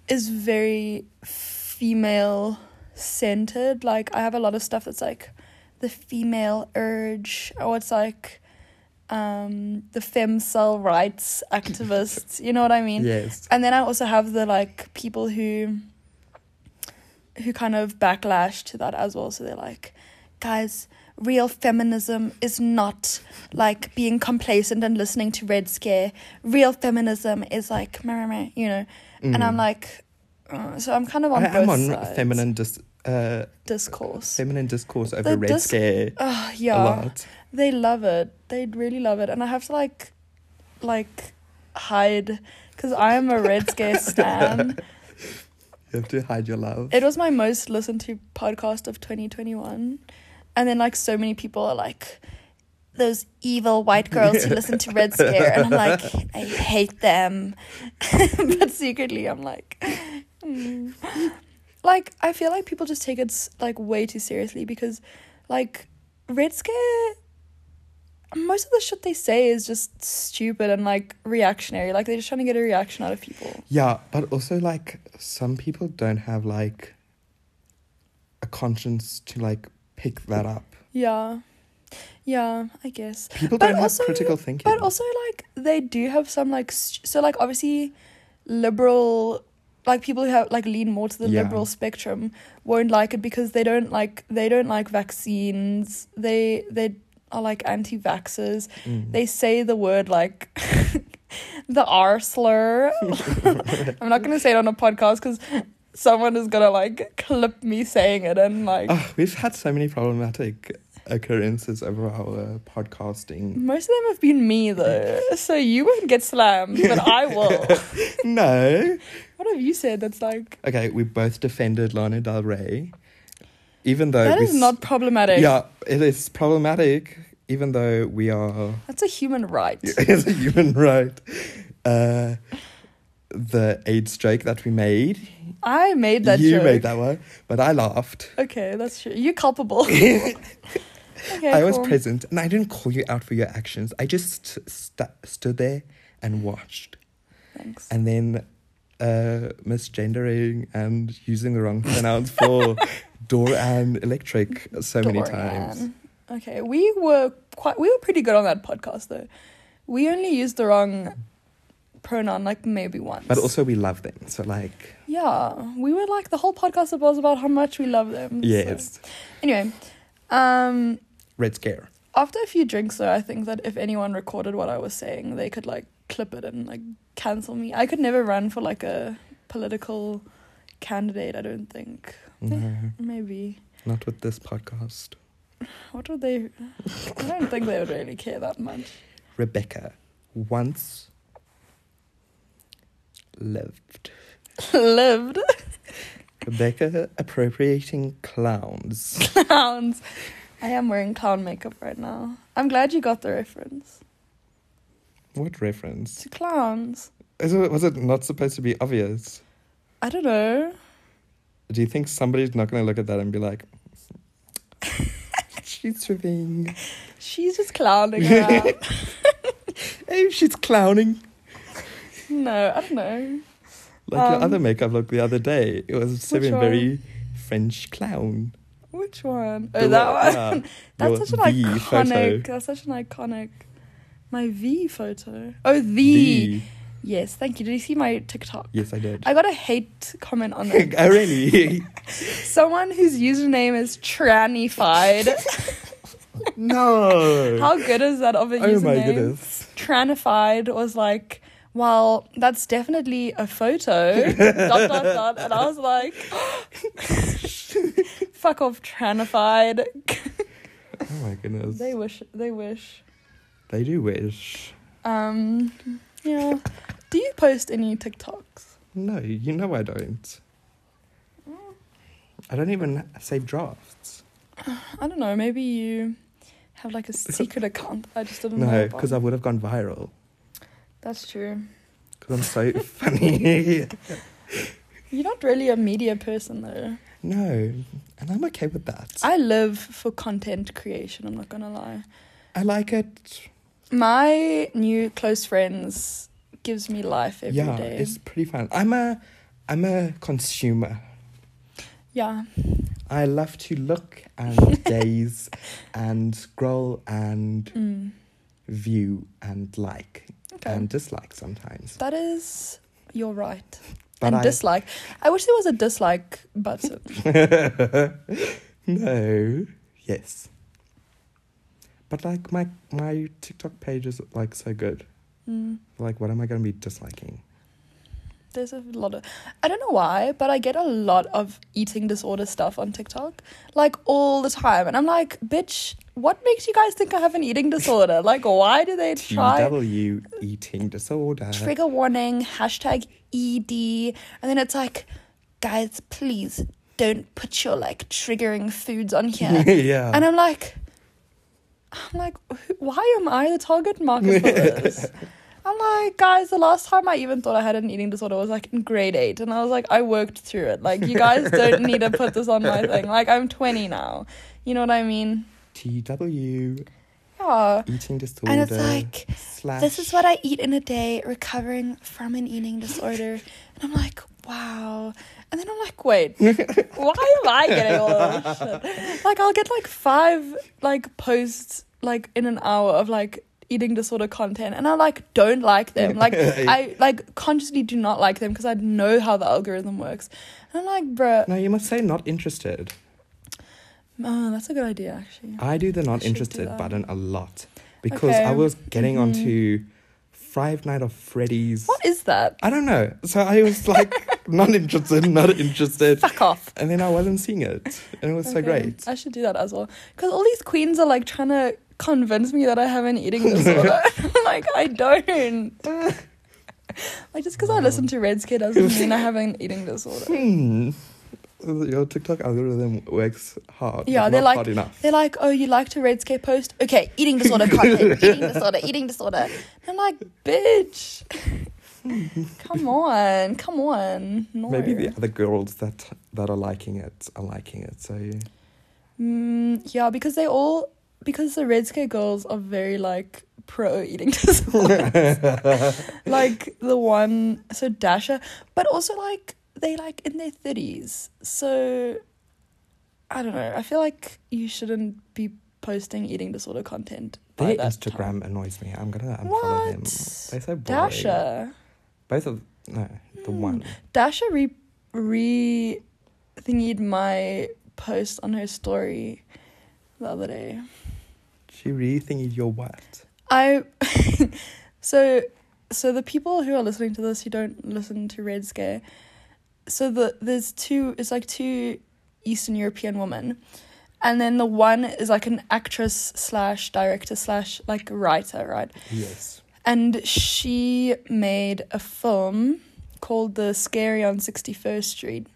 S2: is very female centered. Like, I have a lot of stuff that's like the female urge, or it's like um, the fem cell rights activists. you know what I mean?
S1: Yes,
S2: and then I also have the like people who who kind of backlash to that as well. So they're like, guys, real feminism is not like being complacent and listening to Red Scare. Real feminism is like, meh, meh, meh, you know. And I'm like, uh, so I'm kind of on
S1: Hmm. Mm. I
S2: both
S1: am on
S2: sides.
S1: feminine dis- uh,
S2: discourse.
S1: feminine discourse over
S2: The
S1: red
S2: dis-
S1: scare
S2: Oh
S1: a
S2: yeah,
S1: lot.
S2: they love it. They really love it, and I have to like, like, hide because I am a Red Scare stan.
S1: You have to hide your love.
S2: It was my most listened to podcast of 2021. And then, like, so many people are like, those evil white girls who listen to Red Scare. And I'm like, I hate them. but secretly, I'm like, mm. like, I feel like people just take it, s- like, way too seriously because, like, Red Scare, most of the shit they say is just stupid and, like, reactionary. Like, they're just trying to get a reaction out of people.
S1: Yeah, but also like some people don't have like a conscience to like pick that
S2: Mm.
S1: up.
S2: Yeah. Yeah, I guess.
S1: People
S2: But
S1: don't
S2: also-
S1: have critical thinking.
S2: But also, like, they do have some, like, st- so, like, obviously, liberal, like, people who have, like, lean more to the
S1: Yeah.
S2: liberal spectrum won't like it because they don't like, they don't like vaccines. They, they are, like, anti vaxxers.
S1: Mm.
S2: They say the word, like, the R slur. I'm not going to say it on a podcast because someone is going to, like, clip me saying it and, like,
S1: Oh, we've had so many problematic occurrences of our podcasting.
S2: Most of them have been me though, so you won't get slammed, Mm, but I will.
S1: no.
S2: what have you said that's like
S1: Okay, we both defended Lana Del Rey, even though
S2: that
S1: we s-
S2: is not problematic.
S1: Yeah, it is problematic, even though we are
S2: That's a human right.
S1: as a human right. Uh, the AIDS joke that we made,
S2: I made that
S1: you
S2: joke.
S1: made that one, but I laughed.
S2: Okay, that's true. You're culpable. okay,
S1: I was
S2: cool.
S1: present, and I didn't call you out for your actions. I just st- st- stood there and watched,
S2: Thanks.
S1: and then uh, misgendering and using the wrong pronouns for Doran Electric so many times.
S2: Dorian. Okay, we were quite we were pretty good on that podcast though. We only used the wrong pronoun like maybe once.
S1: But also, we love them, so like
S2: Yeah, we were like the whole podcast was about how much we love them. so-
S1: yes,
S2: Anyway, um
S1: red scare.
S2: after a few drinks though, I think that if anyone recorded what I was saying, they could like clip it and like cancel me. I could never run for like a political candidate, I don't think.
S1: No,
S2: Maybe.
S1: not with this podcast.
S2: What would they I don't think they would really care that much.
S1: Rebecca once lived.
S2: Lived
S1: Rebecca appropriating clowns.
S2: clowns. I am wearing clown makeup right now. I'm glad you got the reference.
S1: What reference?
S2: To clowns.
S1: Is it, was it not supposed to be obvious?
S2: I don't know.
S1: Do you think somebody's not going to look at that and be like, she's ribbing.
S2: She's just clowning around.
S1: Oh, she's clowning.
S2: no, I don't know.
S1: Like your
S2: Um,
S1: other makeup look the other day. It was
S2: which
S1: seven
S2: one?
S1: very French clown.
S2: Which one?
S1: The
S2: Oh, that
S1: one- uh,
S2: one.
S1: yeah, your
S2: That's such an
S1: V
S2: iconic.
S1: photo.
S2: That's such an iconic. My V photo. Oh, the.
S1: The-
S2: Yes, thank you. Did you see my TikTok?
S1: Yes, I did.
S2: I got a hate comment on that.
S1: oh, really?
S2: Someone whose username is trannified.
S1: no.
S2: How good is that of a
S1: oh
S2: username?
S1: my goodness.
S2: Tranified was like, well, that's definitely a photo. dot dot dot. And I was like, fuck off, tranified.
S1: Oh my goodness.
S2: they wish. They wish.
S1: They do wish.
S2: Um, yeah. Do you post any TikToks?
S1: No, you know I don't. I don't even save drafts.
S2: Mm-hmm. I don't know. Maybe you have like a secret account. I just didn't know.
S1: No,
S2: about.
S1: because I would have gone viral.
S2: That's true.
S1: Because I'm so funny.
S2: You're not really a media person though.
S1: No, and I'm okay with that. I,
S2: I live for content creation. I'm not gonna lie.
S1: like it.
S2: My new close friends gives me life every day.
S1: yeah, it's pretty fun. I'm a, I'm a consumer.
S2: yeah.
S1: I love to look and gaze, and scroll and
S2: Mm.
S1: view and like
S2: Okay.
S1: and dislike sometimes.
S2: that is you're right.
S1: But
S2: and
S1: I
S2: dislike. I wish there was a dislike button.
S1: no. Yes. But like my my TikTok page is like so good.
S2: mm.
S1: Like what am I gonna be disliking?
S2: There's a lot of I don't know why, but I get a lot of eating disorder stuff on TikTok. Like all the time. And I'm like, bitch, what makes you guys think I have an eating disorder? Like why do they try
S1: TW eating disorder.
S2: trigger warning, hashtag ED, and then it's like, guys, please don't put your like triggering foods on here.
S1: yeah.
S2: and I'm like I'm like, who- why am I the target market for this? I'm like, guys, the last time I even thought I had an eating disorder was like in grade eight. And I was like, I worked through it. Like, you guys don't need to put this on my thing. Like, I'm 20 now. You know what I mean?
S1: TW
S2: Yeah.
S1: eating disorder.
S2: And it's like,
S1: slash
S2: this is what I eat in a day, recovering from an eating disorder. And I'm like, wow. And then I'm like, wait, why am I getting all of this shit? Like, I'll get like five like posts like in an hour of like eating disorder content, and I like don't like them. Like, I like consciously do not like them because I know how the algorithm works. And I'm like, bruh,
S1: No, you must say not interested.
S2: oh, that's a good idea actually.
S1: I do the
S2: I should
S1: not
S2: do
S1: interested
S2: that.
S1: button a lot. Because
S2: Okay.
S1: I was getting
S2: Mhm.
S1: onto Five Night of Freddy's
S2: What is that?
S1: I don't know. So I was like, not interested, not interested.
S2: Fuck off.
S1: And then I wasn't seeing it. And it was so
S2: Okay,
S1: great.
S2: I should do that as well. Because all these queens are like trying to convince me that I have an eating disorder. like, I don't. like, just because I listen to Red Scare doesn't mean I have an eating disorder.
S1: Hmm. Your TikTok algorithm works hard.
S2: Yeah,
S1: but
S2: they're
S1: not
S2: like-
S1: hard enough.
S2: They're like, oh, you liked a Red Scare post? Okay, eating disorder content. eating disorder, eating disorder. And I'm like, bitch. come on, come on. No.
S1: Maybe the other girls that that are liking it are liking it. So
S2: Mm, yeah, because they all because the Red Scare girls are very like pro eating disorders. like the one so Dasha, but also like they like in their thirties. So I don't know. I feel like you shouldn't be posting eating disorder content. by
S1: their
S2: that
S1: Instagram
S2: time.
S1: annoys me. I'm gonna unfollow them.
S2: What?
S1: They're so boring.
S2: Dasha.
S1: Both of no, the
S2: Hmm.
S1: one.
S2: Dasha re re thingied my post on her story the other day.
S1: She really thingied your what?
S2: I so so the people who are listening to this who don't listen to Red Scare, so the there's two it's like two Eastern European women, and then the one is like an actress slash director slash like writer right,
S1: Yes.
S2: and she made a film called The Scary on 61st Street.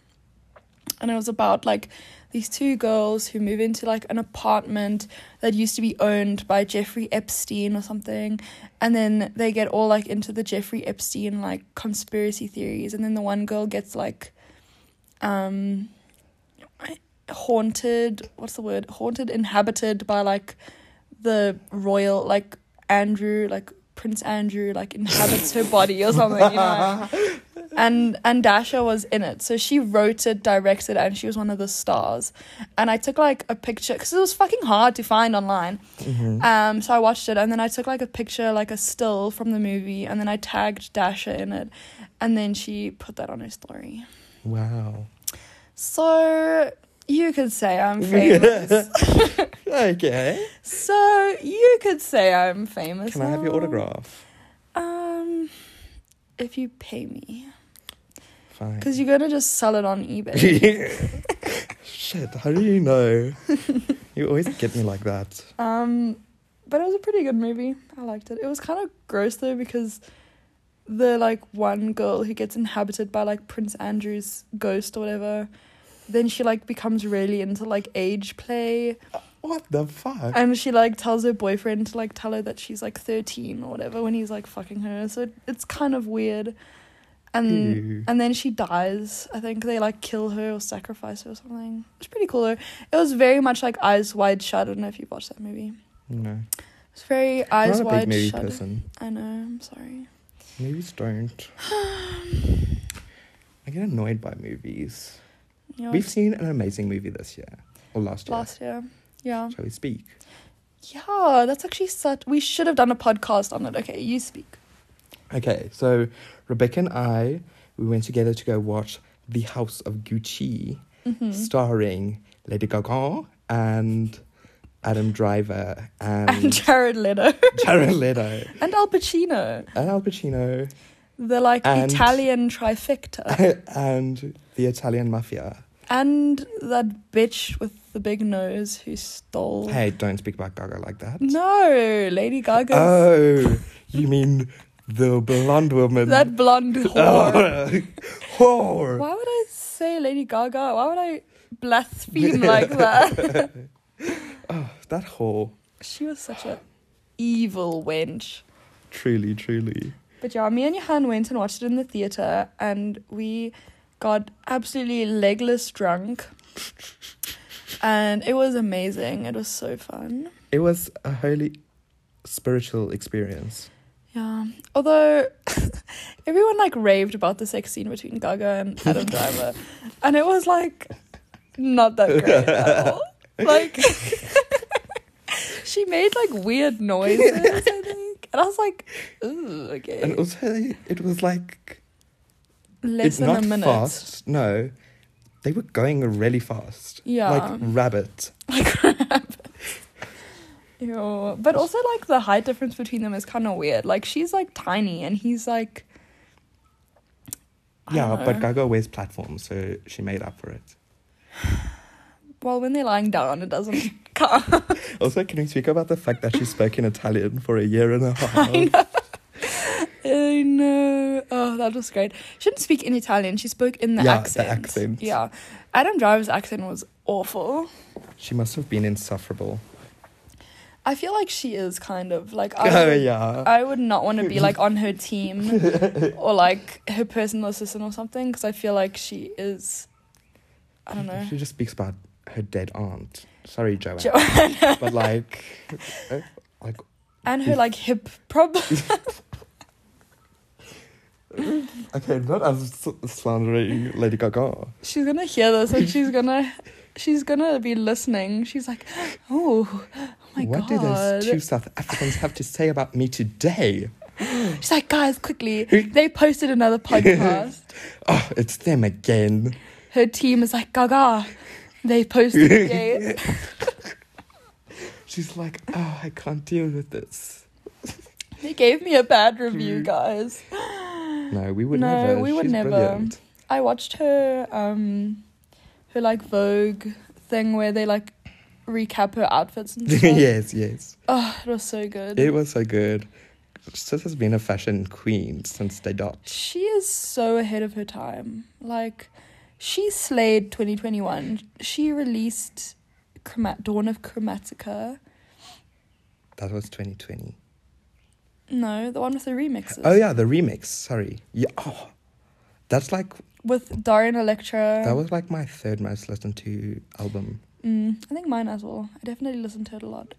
S2: And it was about like these two girls who move into like an apartment that used to be owned by Jeffrey Epstein or something. And then they get all like into the Jeffrey Epstein like conspiracy theories. And then the one girl gets like um haunted, what's the word? Haunted, inhabited by like the royal, like Andrew, like Prince Andrew, like inhabits her body or something, you know? and and Dasha was in it. So she wrote it, directed, it, and she was one of the stars. And I took like a picture because it was fucking hard to find online.
S1: Mhm.
S2: Um, so I watched it, and then I took like a picture, like a still from the movie, and then I tagged Dasha in it, and then she put that on her story.
S1: Wow.
S2: So you could say I'm famous.
S1: Okay.
S2: so you could say I'm famous.
S1: Can I have your
S2: now.
S1: autograph?
S2: Um, if you pay me,
S1: Fine.
S2: because you're gonna just sell it on eBay.
S1: Shit, how do you know? you always get me like that.
S2: Um, but it was a pretty good movie. I liked it. It was kind of gross though because the like one girl who gets inhabited by like Prince Andrew's ghost or whatever, then she like becomes really into like age play,
S1: What the fuck?
S2: and she like tells her boyfriend to like tell her that she's like thirteen or whatever when he's like fucking her. So it, it's kind of weird, and.
S1: Ew.
S2: And then she dies. I think they like kill her or sacrifice her or something. It's pretty cool though. It was very much like Eyes Wide Shut. I don't know if you've watched that movie.
S1: no.
S2: It's very
S1: I'm not
S2: eyes
S1: a big
S2: wide
S1: movie
S2: shut.
S1: person.
S2: I know, I'm sorry.
S1: Movies don't. I get annoyed by movies.
S2: Yeah,
S1: We've seen an amazing movie this year. Or last year.
S2: last year. Yeah.
S1: Shall we speak?
S2: Yeah, that's actually such we should have done a podcast on it. Okay, you speak.
S1: Okay, so Rebecca and I, we went together to go watch The House of Gucci,
S2: hmm
S1: starring Lady Gaga and Adam Driver
S2: And
S1: and
S2: Jared Leto.
S1: Jared Leto
S2: and Al Pacino.
S1: and Al Pacino.
S2: The like
S1: And-
S2: Italian trifecta.
S1: and the Italian mafia.
S2: and that bitch with the big nose who stole
S1: Hey, don't speak about Gaga like that.
S2: No, Lady Gaga.
S1: Oh, you mean the blonde woman?
S2: that blonde whore.
S1: Oh, whore.
S2: Why would I say Lady Gaga? Why would I blaspheme like that?
S1: Oh, that whore.
S2: She was such a evil wench.
S1: Truly, truly.
S2: But yeah, me and Johan went and watched it in the theater, and we got absolutely legless drunk, and it was amazing. It was so fun.
S1: It was a holy spiritual experience.
S2: Yeah. Although everyone like raved about the sex scene between Gaga and Adam Driver, and it was like not that great at all. Like she made like weird noises, I think, and I was like, ooh, okay.
S1: And also, it was like.
S2: less
S1: It's
S2: than
S1: not
S2: a minute.
S1: fast. No. They were going really fast.
S2: Yeah.
S1: Like rabbit.
S2: Like rabbits. Ew. But also like the height difference between them is kind of weird. Like she's like tiny and he's like I
S1: Yeah,
S2: don't
S1: but
S2: know.
S1: Gaga wears platforms, so she made up for it.
S2: Well, when they're lying down, it doesn't count.
S1: Also, can we speak about the fact that she spoke in Italian for a year and a half?
S2: I know. Oh, that was great. She didn't speak in Italian. She spoke in the
S1: Yeah, the
S2: accent.
S1: accent.
S2: Yeah. Adam Driver's accent was awful.
S1: She must have been insufferable.
S2: I feel like she is kind of like I
S1: Oh
S2: would,
S1: yeah.
S2: I would not want to be like on her team or like her personal assistant or something because I feel like she is. I don't know.
S1: She just speaks about her dead aunt. Sorry, Joanne.
S2: Joanna.
S1: but like, uh, like
S2: and her like hip problem.
S1: okay, not as s- slandering Lady Gaga.
S2: She's gonna hear this and she's gonna. She's gonna be listening. She's like, oh, oh my
S1: what
S2: god.
S1: do those two South Africans have to say about me today?
S2: She's like, guys, quickly. They posted another podcast.
S1: Oh, it's them again.
S2: Her team is like, gaga. They posted again.
S1: She's like, oh, I can't deal with this.
S2: They gave me a bad review, guys.
S1: No, we would
S2: No,
S1: never.
S2: we would
S1: She's
S2: never.
S1: Brilliant.
S2: I watched her, um, her like Vogue thing where they like recap her outfits and stuff.
S1: yes, yes.
S2: Oh, it was so good.
S1: It was so good. Sis has been a fashion queen since day dot.
S2: she is so ahead of her time. Like, she slayed 2021. She released Chromat- Dawn of Chromatica.
S1: That was 2020.
S2: No, the one with the remixes.
S1: Oh yeah, the remix. Sorry. Yeah. Oh, that's like
S2: With Darian Electra.
S1: that was like my third most listened to album.
S2: Mm, I think mine as well. I definitely listened to it a lot.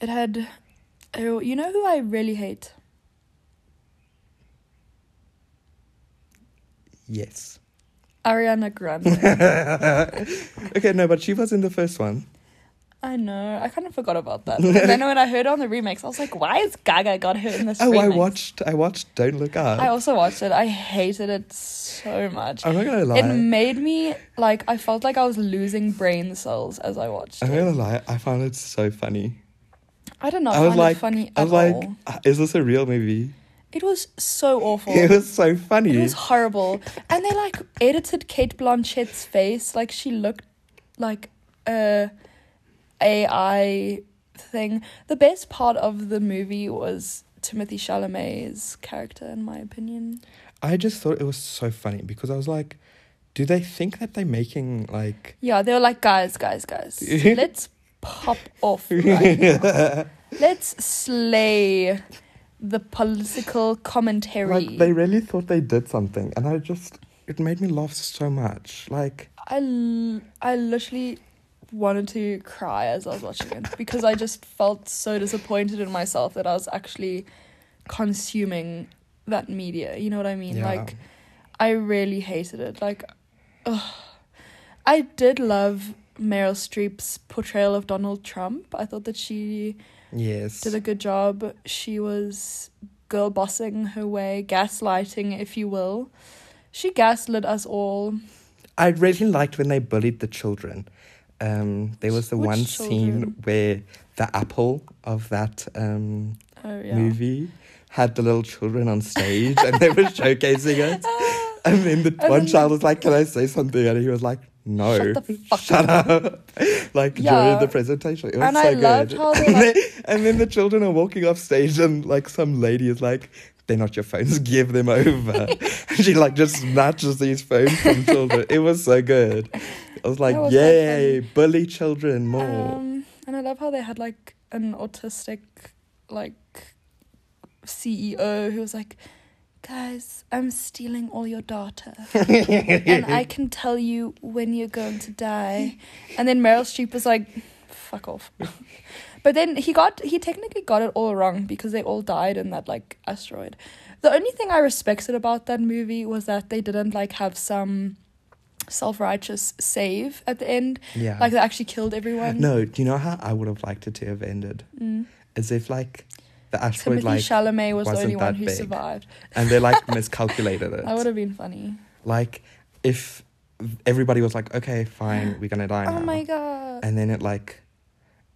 S2: It had. Oh, you know who I really hate?
S1: Yes.
S2: Ariana Grande.
S1: okay, no, but she was in the first one.
S2: I know. I kind of forgot about that. And then when I heard on the remix, I was like, why is Gaga got her in this
S1: Oh, I
S2: remix?
S1: watched. I watched. Don't look up.
S2: I also watched it. I hated it so much.
S1: I'm not gonna lie.
S2: It made me like I felt like I was losing brain cells as I watched.
S1: I'm
S2: it.
S1: not gonna lie. I found it so funny.
S2: I don't know.
S1: I was
S2: find
S1: like,
S2: it funny
S1: I
S2: at
S1: was like, "Uh,
S2: all.
S1: is this a real movie?
S2: It was so awful.
S1: It was so funny.
S2: It was horrible. And they like edited Kate Blanchett's face. Like she looked like a AI thing. The best part of the movie was Timothy Chalamet's character, in my opinion.
S1: I just thought it was so funny because I was like, do they think that they're making like
S2: Yeah, they were like, guys, guys, guys, let's pop off. right now. Let's slay the political commentary.
S1: like they really thought they did something and I just it made me laugh so much. Like
S2: I, l- I literally wanted to cry as I was watching it because I just felt so disappointed in myself that I was actually consuming that media. You know what I mean?
S1: yeah.
S2: Like, I really hated it. Like, ugh. I did love Meryl Streep's portrayal of Donald Trump. I thought that she
S1: yes.
S2: did a good job. She was girl bossing her way, gaslighting, if you will. She gaslit us all.
S1: I really liked when they bullied the children. Um, there was the
S2: Which
S1: one scene
S2: children?
S1: where the apple of that um,
S2: Oh, yeah.
S1: movie had the little children on stage and they were showcasing it. And then the
S2: And
S1: one
S2: then-
S1: child was like, Can I say something? And he was like, No.
S2: Shut the fuck
S1: Shut up. like
S2: Yeah.
S1: during the presentation. It was
S2: And
S1: so
S2: I
S1: good.
S2: loved how they,
S1: and, then,
S2: like-
S1: and then the children are walking off stage and like some lady is like, They're not your phones, give them over. and she like just snatches these phones from children. it was so good. I was like,
S2: was so
S1: Yay, bully children more.
S2: Um, and I love how they had like an autistic, like CEO who was like, "Guys, I'm stealing all your data, Um, and I can tell you when you're going to die." And then Meryl Streep was like, "Fuck off." But then he got he technically got it all wrong because they all died in that like asteroid. The only thing I respected about that movie was that they didn't like have some self-righteous save at the end.
S1: yeah.
S2: Like they actually killed everyone.
S1: no, do you know how I would have liked it to have ended?
S2: Mm.
S1: As if like the asteroid
S2: Timothy
S1: like
S2: Chalamet was the
S1: wasn't
S2: only one
S1: that
S2: who
S1: big.
S2: survived.
S1: and they like miscalculated it.
S2: That would have been funny.
S1: Like if everybody was like, okay, fine, we're gonna die
S2: Oh
S1: now,
S2: my god.
S1: and then it like,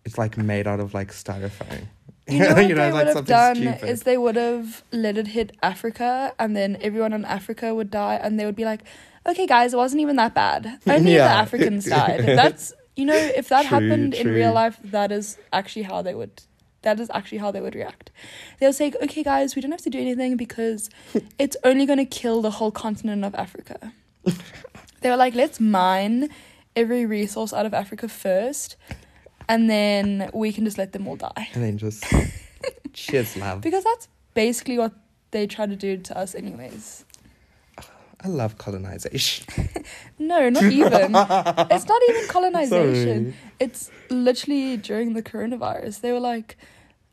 S1: it's like made out of like styrofoam.
S2: You know what
S1: You know, like
S2: they would have
S1: something
S2: done
S1: stupid.
S2: is they would have let it hit Africa, and then everyone in Africa would die, and they would be like, "Okay, guys, it wasn't even that bad. Only
S1: Yeah.
S2: the Africans died." That's you know, if that
S1: True,
S2: happened in
S1: true.
S2: real life, that is actually how they would. That is actually how they would react. They'll say, "Okay, guys, we don't have to do anything because it's only going to kill the whole continent of Africa." they were like, "Let's mine every resource out of Africa first, and then we can just let them all die."
S1: And then just cheers, love.
S2: Because that's basically what they try to do to us, anyways.
S1: I love colonization.
S2: No, not even. it's not even colonization.
S1: Sorry.
S2: It's literally during the coronavirus. They were like,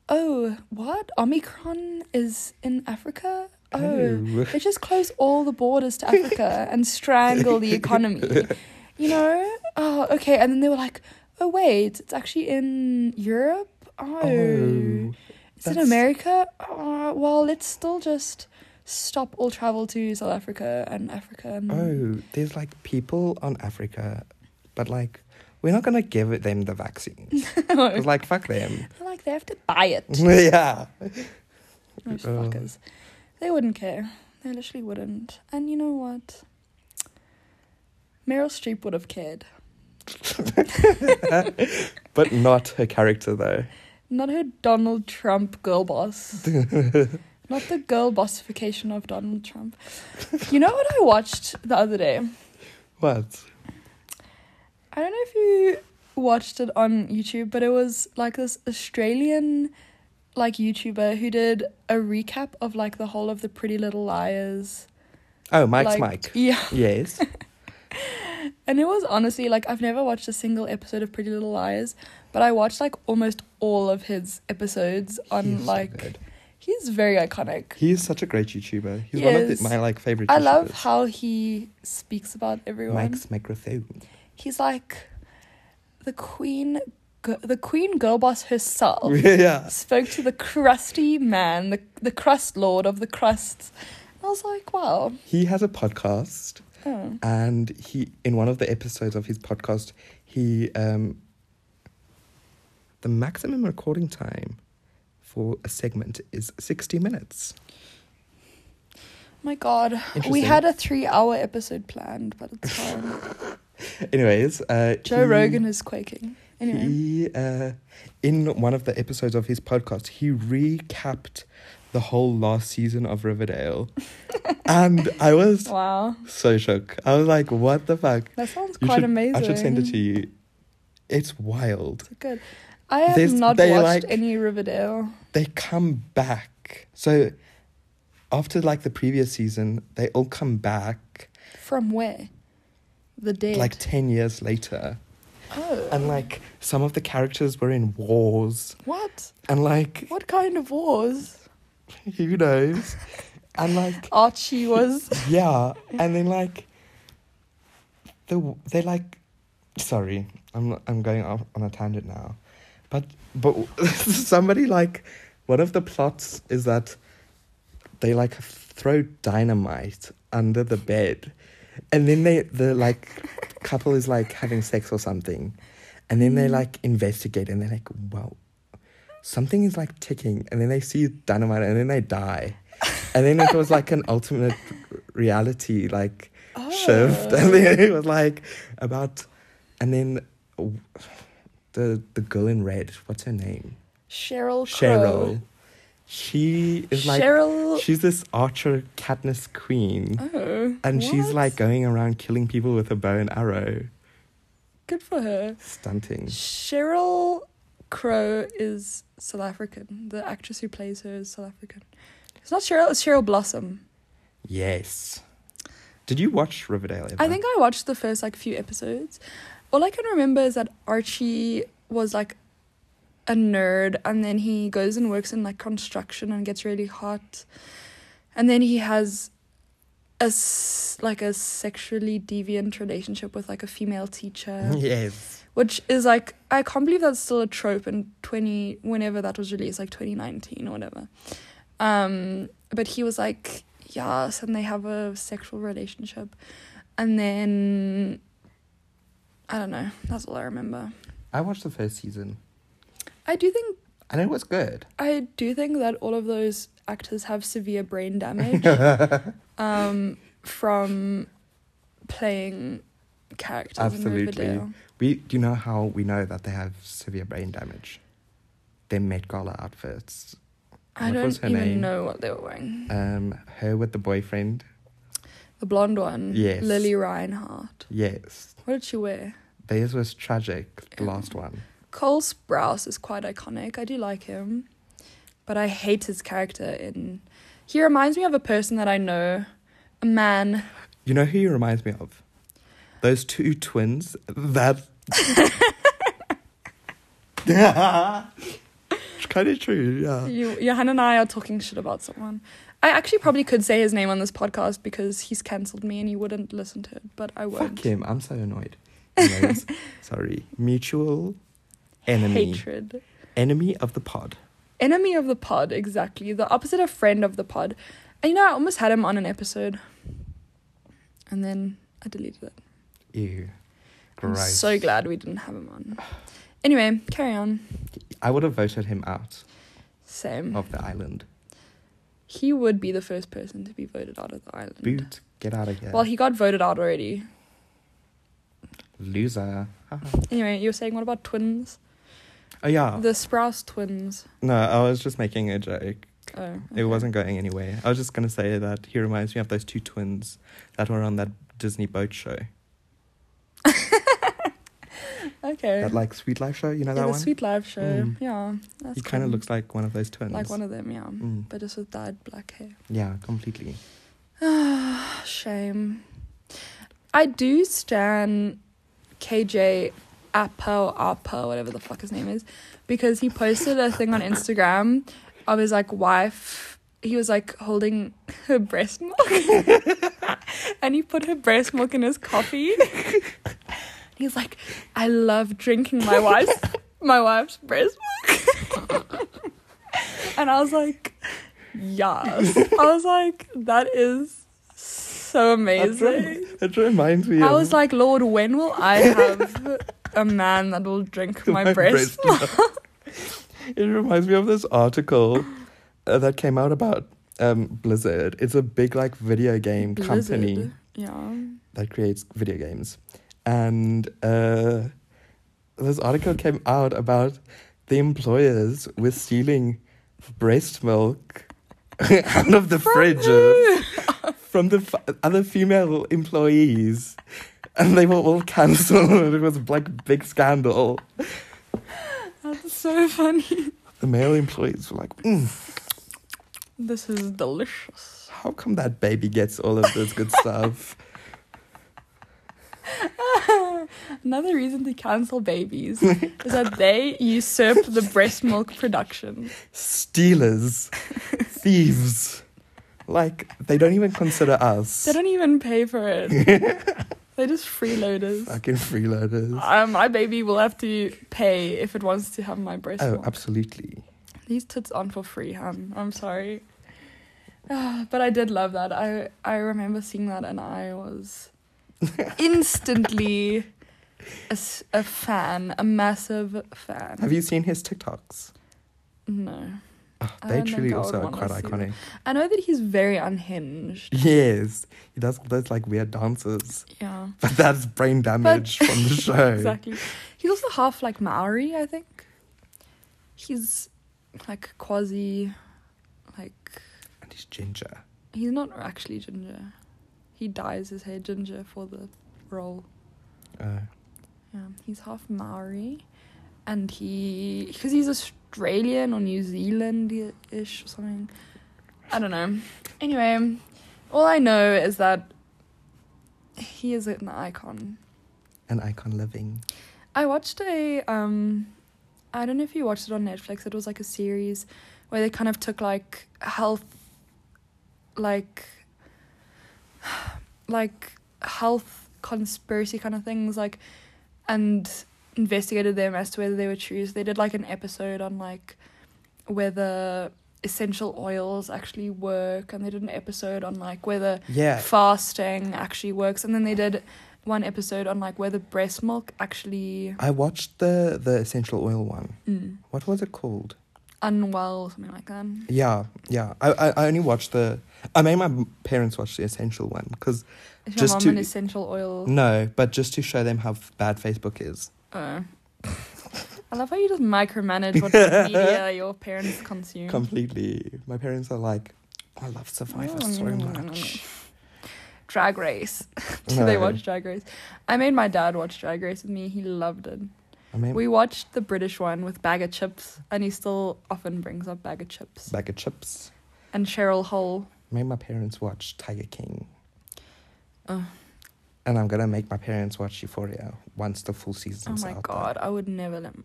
S2: oh, what? Omicron is in Africa? Oh.
S1: Oh.
S2: They just close all the borders to Africa and strangle the economy. You know? Oh, okay. And then they were like, oh, wait, it's actually in Europe? oh.
S1: Oh.
S2: Is it
S1: That's-
S2: America? Uh, well, let's still just stop all travel to South Africa and Africa. And
S1: Oh, there's like people on Africa, but like we're not gonna give it- them the vaccines. 'Cause, like fuck them.
S2: They're like, they have to buy it.
S1: Oh. yeah.
S2: Those
S1: Oh.
S2: fuckers. They wouldn't care. They literally wouldn't. And you know what? Meryl Streep would have cared.
S1: But not her character though.
S2: Not her Donald Trump girl boss. Not the girl bossification of Donald Trump. You know what I watched the other day?
S1: What?
S2: I don't know if you watched it on YouTube, but it was like this Australian like YouTuber who did a recap of like the whole of the Pretty Little Liars.
S1: Oh, Mike's
S2: like,
S1: Mike.
S2: Yeah.
S1: Yes.
S2: And it was honestly like I've never watched a single episode of Pretty Little Liars, but I watched like almost all of his episodes on
S1: He's so
S2: like
S1: good.
S2: he's very iconic.
S1: He is such a great YouTuber. He's one of
S2: Yes.
S1: the, my like favorite.
S2: I love
S1: YouTubers.
S2: how he speaks about everyone.
S1: Mike's microphone.
S2: He's like the queen gi- the queen girl boss herself.
S1: yeah.
S2: spoke to the crusty man, the the crust lord of the crusts. I was like, wow.
S1: He has a podcast,
S2: Oh.
S1: and he in one of the episodes of his podcast, he um. The maximum recording time for a segment is sixty minutes.
S2: My God, we
S1: Interesting.
S2: had a three-hour episode planned, but it's fine.
S1: Anyways, uh, he-
S2: Joe Rogan is quaking. Anyway,
S1: He, uh, in one of the episodes of his podcast, he recapped the whole last season of Riverdale. and I was
S2: wow,
S1: so shook. I was like, what the fuck?
S2: that sounds
S1: You
S2: quite
S1: should-
S2: amazing.
S1: I should send it to you. It's wild.
S2: Good. I have
S1: There's-
S2: not
S1: they,
S2: watched
S1: like-
S2: any Riverdale.
S1: They come back. So after like the previous season, they all come back
S2: From where? The dead.
S1: like um, 10 years later.
S2: oh,
S1: And like some of the characters were in wars.
S2: what?
S1: And like,
S2: What kind of wars?
S1: who knows? And like,
S2: Archie was.
S1: yeah, and then like the they like sorry, I'm I'm going off on a tangent now, but but somebody like one of the plots is that they like throw dynamite under the bed, and then they the like couple is like having sex or something, and then they like investigate and they're like wow. Something is like ticking, and then they see dynamite, and then they die, and then it was like an ultimate reality, like
S2: Oh.
S1: shift and then it was like about and then w- the the girl in red what's her name
S2: Cheryl. Crow.
S1: cheryl she is like
S2: Cheryl.
S1: she's this archer katniss queen
S2: Oh,
S1: and she's
S2: what?
S1: like going around killing people with a bow and arrow
S2: Good for her.
S1: stunting
S2: Cheryl Crow is South African. The actress who plays her is South African. It's not Cheryl, it's Cheryl Blossom.
S1: yes did you watch riverdale ever?
S2: I think I watched the first like few episodes. All I can remember is that Archie was like a nerd and then he goes and works in like construction and gets really hot. And then he has a s- like a sexually deviant relationship with like a female teacher.
S1: yes
S2: which is like I can't believe that's still a trope in 20 whenever that was released like 2019 or whatever. Um but he was like yes and they have a sexual relationship and then I don't know. That's all I remember.
S1: i watched the first season
S2: I do think
S1: and it was good.
S2: I do think that all of those actors have severe brain damage um, from playing characters in
S1: Absolutely.
S2: Riverdale.
S1: We do you know how we know that they have severe brain damage? Their Met Gala outfits.
S2: I
S1: What
S2: don't
S1: was her
S2: even
S1: name?
S2: know what they were wearing.
S1: Um, her with the boyfriend.
S2: the blonde one,
S1: Yes.
S2: Lily Reinhardt.
S1: Yes,
S2: What did she wear?
S1: theirs was tragic. The
S2: Oh.
S1: last one.
S2: Cole Sprouse is quite iconic. I do like him, but I hate his character. In he reminds me of a person that I know, a man.
S1: You know who he reminds me of? Those two twins. That. it's kind of true. Yeah.
S2: You, Johan and I are talking shit about someone. I actually probably could say his name on this podcast because he's cancelled me and he wouldn't listen to it, but I won't.
S1: Fuck him. I'm so annoyed. Anyways, sorry. Mutual enemy.
S2: Hatred.
S1: Enemy of the pod.
S2: Enemy of the pod, exactly. The opposite of friend of the pod. And you know, I almost had him on an episode. And then I deleted it.
S1: Ew.
S2: I'm
S1: Gross.
S2: so glad we didn't have him on. Anyway, carry on.
S1: I would have voted him out
S2: Same.
S1: of the island.
S2: He would be the first person to be voted out of the island.
S1: Boot, get out of here.
S2: Mm. Well, he got voted out already.
S1: Loser. Haha.
S2: Anyway, you were saying what about twins?
S1: oh, yeah.
S2: The Sprouse twins.
S1: no, I was just making a joke.
S2: Oh,
S1: It
S2: okay.
S1: wasn't going anywhere. I was just going to say that he reminds me of those two twins that were on that Disney boat show.
S2: Okay.
S1: That, like, Sweet Life show. You know
S2: yeah,
S1: that
S2: the
S1: one?
S2: Sweet Live show.
S1: Mm.
S2: Yeah. That's
S1: he kind of
S2: cool.
S1: looks like one of those twins.
S2: like one of them, yeah.
S1: Mm.
S2: But just with dyed black hair.
S1: Yeah, completely.
S2: Ah, shame. I do stan KJ Apo Apo, whatever the fuck his name is, because he posted a thing on Instagram of his like wife. He was like holding her breast milk, and he put her breast milk in his coffee. He's like, I love drinking my wife's my wife's breast milk, and I was like, yes. I was like, that is so amazing.
S1: It reminds me
S2: I
S1: of
S2: was like, Lord, when will I have a man that will drink my, breast?
S1: it reminds me of this article uh, that came out about um, Blizzard. It's a big like video game company
S2: Blizzard. Yeah.
S1: that creates video games, and uh, this article came out about the employers were stealing breast milk out of the fridges from the f- other female employees. And they were all cancelled. It was like a big scandal.
S2: That's so funny.
S1: The male employees were like, "Mm,
S2: This is delicious.
S1: How come that baby gets all of this good stuff?
S2: Another reason to cancel babies is that they usurp the breast milk production.
S1: Stealers, thieves. Like, they don't even consider us
S2: They don't even pay for it. They're just freeloaders.
S1: fucking freeloaders.
S2: Uh, my baby will have to pay if it wants to have my breast
S1: Oh,
S2: milk.
S1: absolutely.
S2: These tits on for free, hon. I'm sorry. Ah, but I did love that. I I remember seeing that and I was instantly a, s- a fan, a massive fan.
S1: Have you seen his TikToks?
S2: No.
S1: Oh,
S2: I
S1: they
S2: don't
S1: truly
S2: think I would
S1: also are
S2: wanna
S1: quite
S2: see
S1: iconic.
S2: I know that he's very unhinged.
S1: Yes, he does all those like weird dances,
S2: Yeah.
S1: but that's brain damage from the show.
S2: Exactly. He's also half like Maori, I think. He's like quasi like
S1: And he's ginger.
S2: he's not actually ginger. He dyes his hair ginger for the role.
S1: Uh,
S2: Yeah, he's half Maori, and he because he's Australian or New Zealand-ish or something. I don't know. Anyway, all I know is that he is an icon.
S1: an icon living.
S2: I watched a um, I don't know if you watched it on Netflix. It was like a series where they kind of took like health, like, like health conspiracy kind of things, like, and investigated them as to whether they were true. So they did like an episode on like whether essential oils actually work, and they did an episode on like whether
S1: Yeah.
S2: fasting actually works and then they did one episode on like whether breast milk actually
S1: I watched the the essential oil one.
S2: mm.
S1: What was it called?
S2: unwell or something like that.
S1: Yeah, yeah. I, I, I only watched the. I made my m- parents watch the essential one because
S2: Is your
S1: Just
S2: mum
S1: to- Mm.
S2: an essential oil?
S1: no, but just to show them how f- bad Facebook is.
S2: Oh. I love how you just micromanage what media your parents consume.
S1: Completely. My parents are like, I love Survivor so much.
S2: Drag Race. Do they
S1: No.
S2: watch Drag Race? I made my dad watch Drag Race with me. He loved it.
S1: I mean,
S2: We watched the British one with Bag of Chips, and he still often brings up Bag of Chips.
S1: bag of chips.
S2: And Cheryl Hole.
S1: I made my parents watch Tiger King.
S2: Oh.
S1: And I'm gonna make my parents watch Euphoria once the full
S2: Oh
S1: season's
S2: my
S1: out.
S2: god, I would never, let,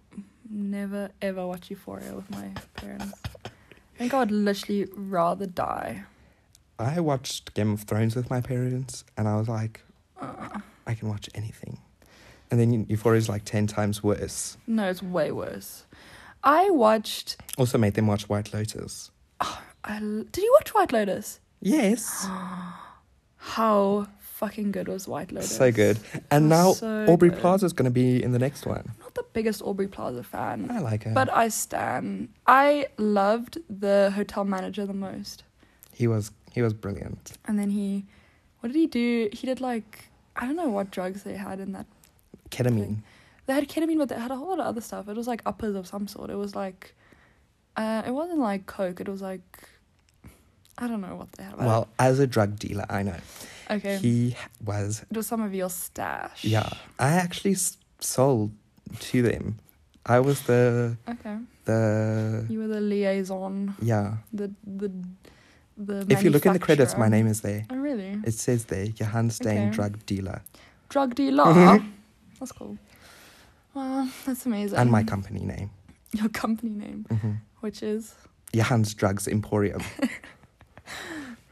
S2: never ever watch Euphoria with my parents. I think I would literally rather die.
S1: I watched Game of Thrones with my parents, and I was like,
S2: Uh,
S1: I can watch anything. And then Euphoria is like ten times worse.
S2: no, it's way worse. I watched.
S1: Also made them watch White Lotus.
S2: I, l- did you watch White Lotus?
S1: Yes.
S2: How fucking good was White Lotus?
S1: So good. And now
S2: So
S1: Aubrey
S2: good.
S1: Plaza's gonna be in the next one.
S2: I'm not the biggest Aubrey Plaza fan.
S1: I like her.
S2: But I stan. I loved the hotel manager the most.
S1: he was he was brilliant.
S2: And then he, what did he do? He did like I don't know what drugs they had in that.
S1: Ketamine.
S2: They had ketamine, but they had a whole lot of other stuff. It was like uppers of some sort. It was like, uh, it wasn't like coke. It was like, I don't know what they had.
S1: Well, as a drug dealer, I know
S2: okay,
S1: he was.
S2: it was some of your stash.
S1: Yeah, I actually s- sold to them. I was the
S2: Okay,
S1: the
S2: you were the liaison.
S1: yeah.
S2: The the the.
S1: If you look in the credits, my
S2: manufacturer.
S1: name is there.
S2: Oh really?
S1: It says there, Johan Stein,
S2: Okay.
S1: drug dealer,
S2: drug dealer.
S1: Mm-hmm.
S2: that's cool. Wow, that's amazing.
S1: and my company name,
S2: Your company name,
S1: hmm
S2: which is
S1: Johan's Drugs Emporium.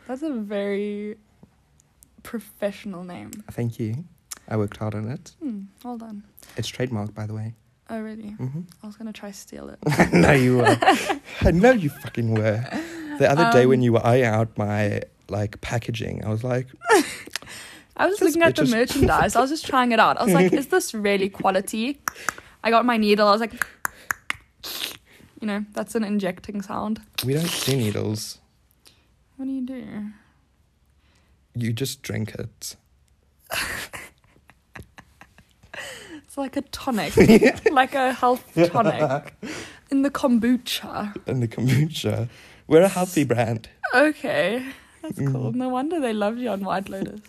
S2: that's a very professional name.
S1: Thank you. I worked hard on it.
S2: Hmm, well done.
S1: It's trademarked, by the way.
S2: Oh really?
S1: Mm-hmm.
S2: I was gonna try steal it.
S1: I know you were. I know you fucking were. The other day
S2: Um,
S1: when you were eyeing out my like packaging, I was like,
S2: I was
S1: This
S2: looking at the
S1: bitch is-
S2: merchandise. I was just trying it out. I was like, is this really quality? I got my needle. I was like, you know, that's an injecting sound.
S1: we don't do needles.
S2: What do you do?
S1: You just drink it.
S2: It's like a tonic, like a health tonic in the kombucha.
S1: And the kombucha. We're a healthy brand.
S2: Okay. That's cool.
S1: Mm.
S2: No wonder they loved you on White Lotus.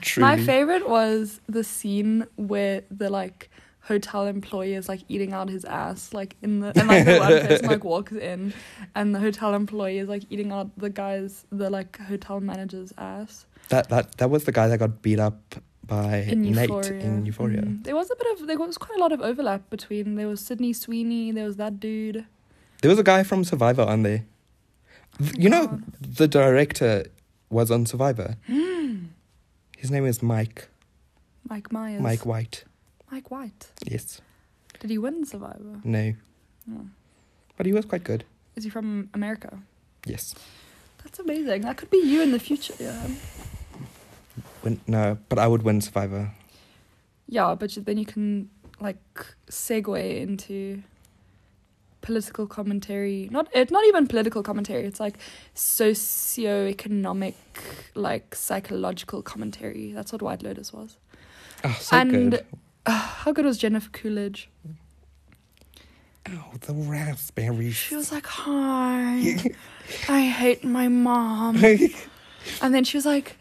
S1: Truly.
S2: My favorite was the scene where the like hotel employee is like eating out his ass, like in the and like the one person like walks in and the hotel employee is like eating out the guy's the like hotel manager's ass.
S1: that that that was the guy that got beat up by
S2: In
S1: Nate
S2: Euphoria.
S1: in Euphoria.
S2: Mhm. There was a bit of there was quite a lot of overlap between there was Sydney Sweeney, there was that dude.
S1: There was a guy from Survivor on there. Th- you know,
S2: God.
S1: the director was on Survivor.
S2: Hmm.
S1: His name is Mike.
S2: Mike Myers.
S1: Mike White.
S2: Mike White.
S1: Yes.
S2: Did he win Survivor?
S1: No.
S2: No.
S1: But he was quite good.
S2: Is he from America?
S1: Yes.
S2: That's amazing. That could be you in the future. Yeah.
S1: Win- no, but I would win Survivor.
S2: Yeah, but you- then you can like segue into political commentary. Not it's not even political commentary. It's like socioeconomic, like psychological commentary. That's what White Lotus was.
S1: Oh, so
S2: and
S1: good.
S2: uh, how good was Jennifer Coolidge?
S1: Oh, the raspberries.
S2: She was like, "Hi, I hate my mom," and then she was like,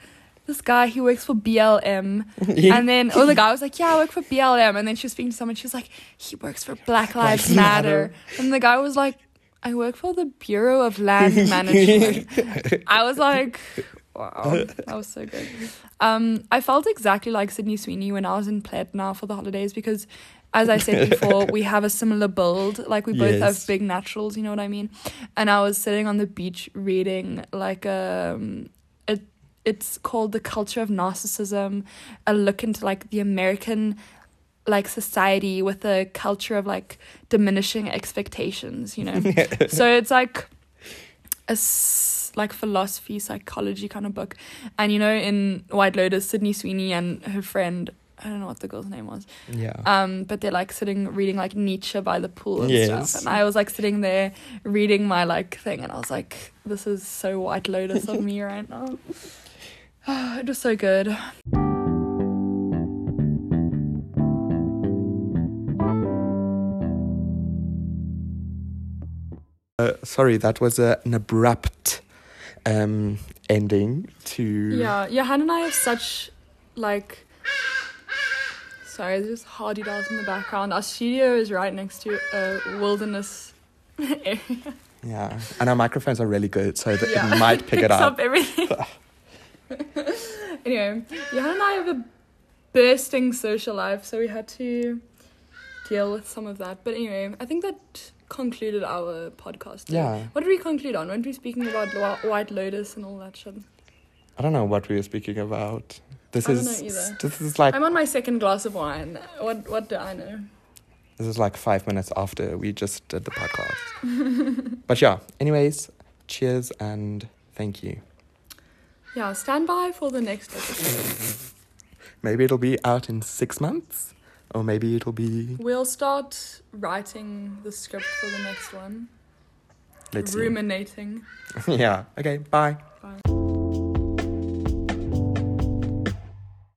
S2: "This guy, he works for BLM." And then oh, the guy was like, "Yeah, I work for BLM." And then she was speaking to someone. She was like, "He works for Black Lives
S1: Lives
S2: Matter."
S1: Matter.
S2: And the guy was like, "I work for the Bureau of Land Management." I was like, "Wow, that was so good." Um, I felt exactly like Sydney Sweeney when I was in Plaid now for the holidays because, as I said before, we have a similar build. Like we both have
S1: Yes.
S2: big naturals. You know what I mean? And I was sitting on the beach reading like um, a it's called the culture of narcissism a look into like the american like society with a culture of like diminishing expectations you know so it's like a s- like philosophy psychology kind of book and you know in white lotus sydney sweeney and her friend I don't know what the girl's name was.
S1: Yeah.
S2: Um, but they're like sitting reading like Nietzsche by the pool and
S1: Yes.
S2: stuff. And I was like sitting there reading my like thing and I was like, This is so white lotus of me right now. Ah, it was so good.
S1: Uh, sorry, that was a, an abrupt um, ending to.
S2: Yeah, Johan and I have such like sorry, there's just hardy dolls in the background. Our studio is right next to a wilderness area.
S1: Yeah. And our microphones are really good, so that
S2: Yeah.
S1: it might pick it
S2: Picks
S1: up.
S2: everything. anyway, Johan and I have a bursting social life, so we had to deal with some of that. But anyway, I think that concluded our podcast.
S1: Yeah.
S2: What did we conclude on? Weren't we speaking about Lo- White Lotus and all that shit?
S1: I don't know what we were speaking about. This
S2: I don't
S1: is
S2: know either.
S1: this is like
S2: I'm on my second glass of wine. What What do I know?
S1: this is like five minutes after we just did the podcast. but yeah. Anyways, cheers and thank you.
S2: Yeah, stand by for the next episode.
S1: Maybe it'll be out in six months, or maybe it'll be
S2: We'll start writing the script for the next one.
S1: let's see.
S2: ruminating.
S1: yeah. Okay. Bye.
S2: Bye.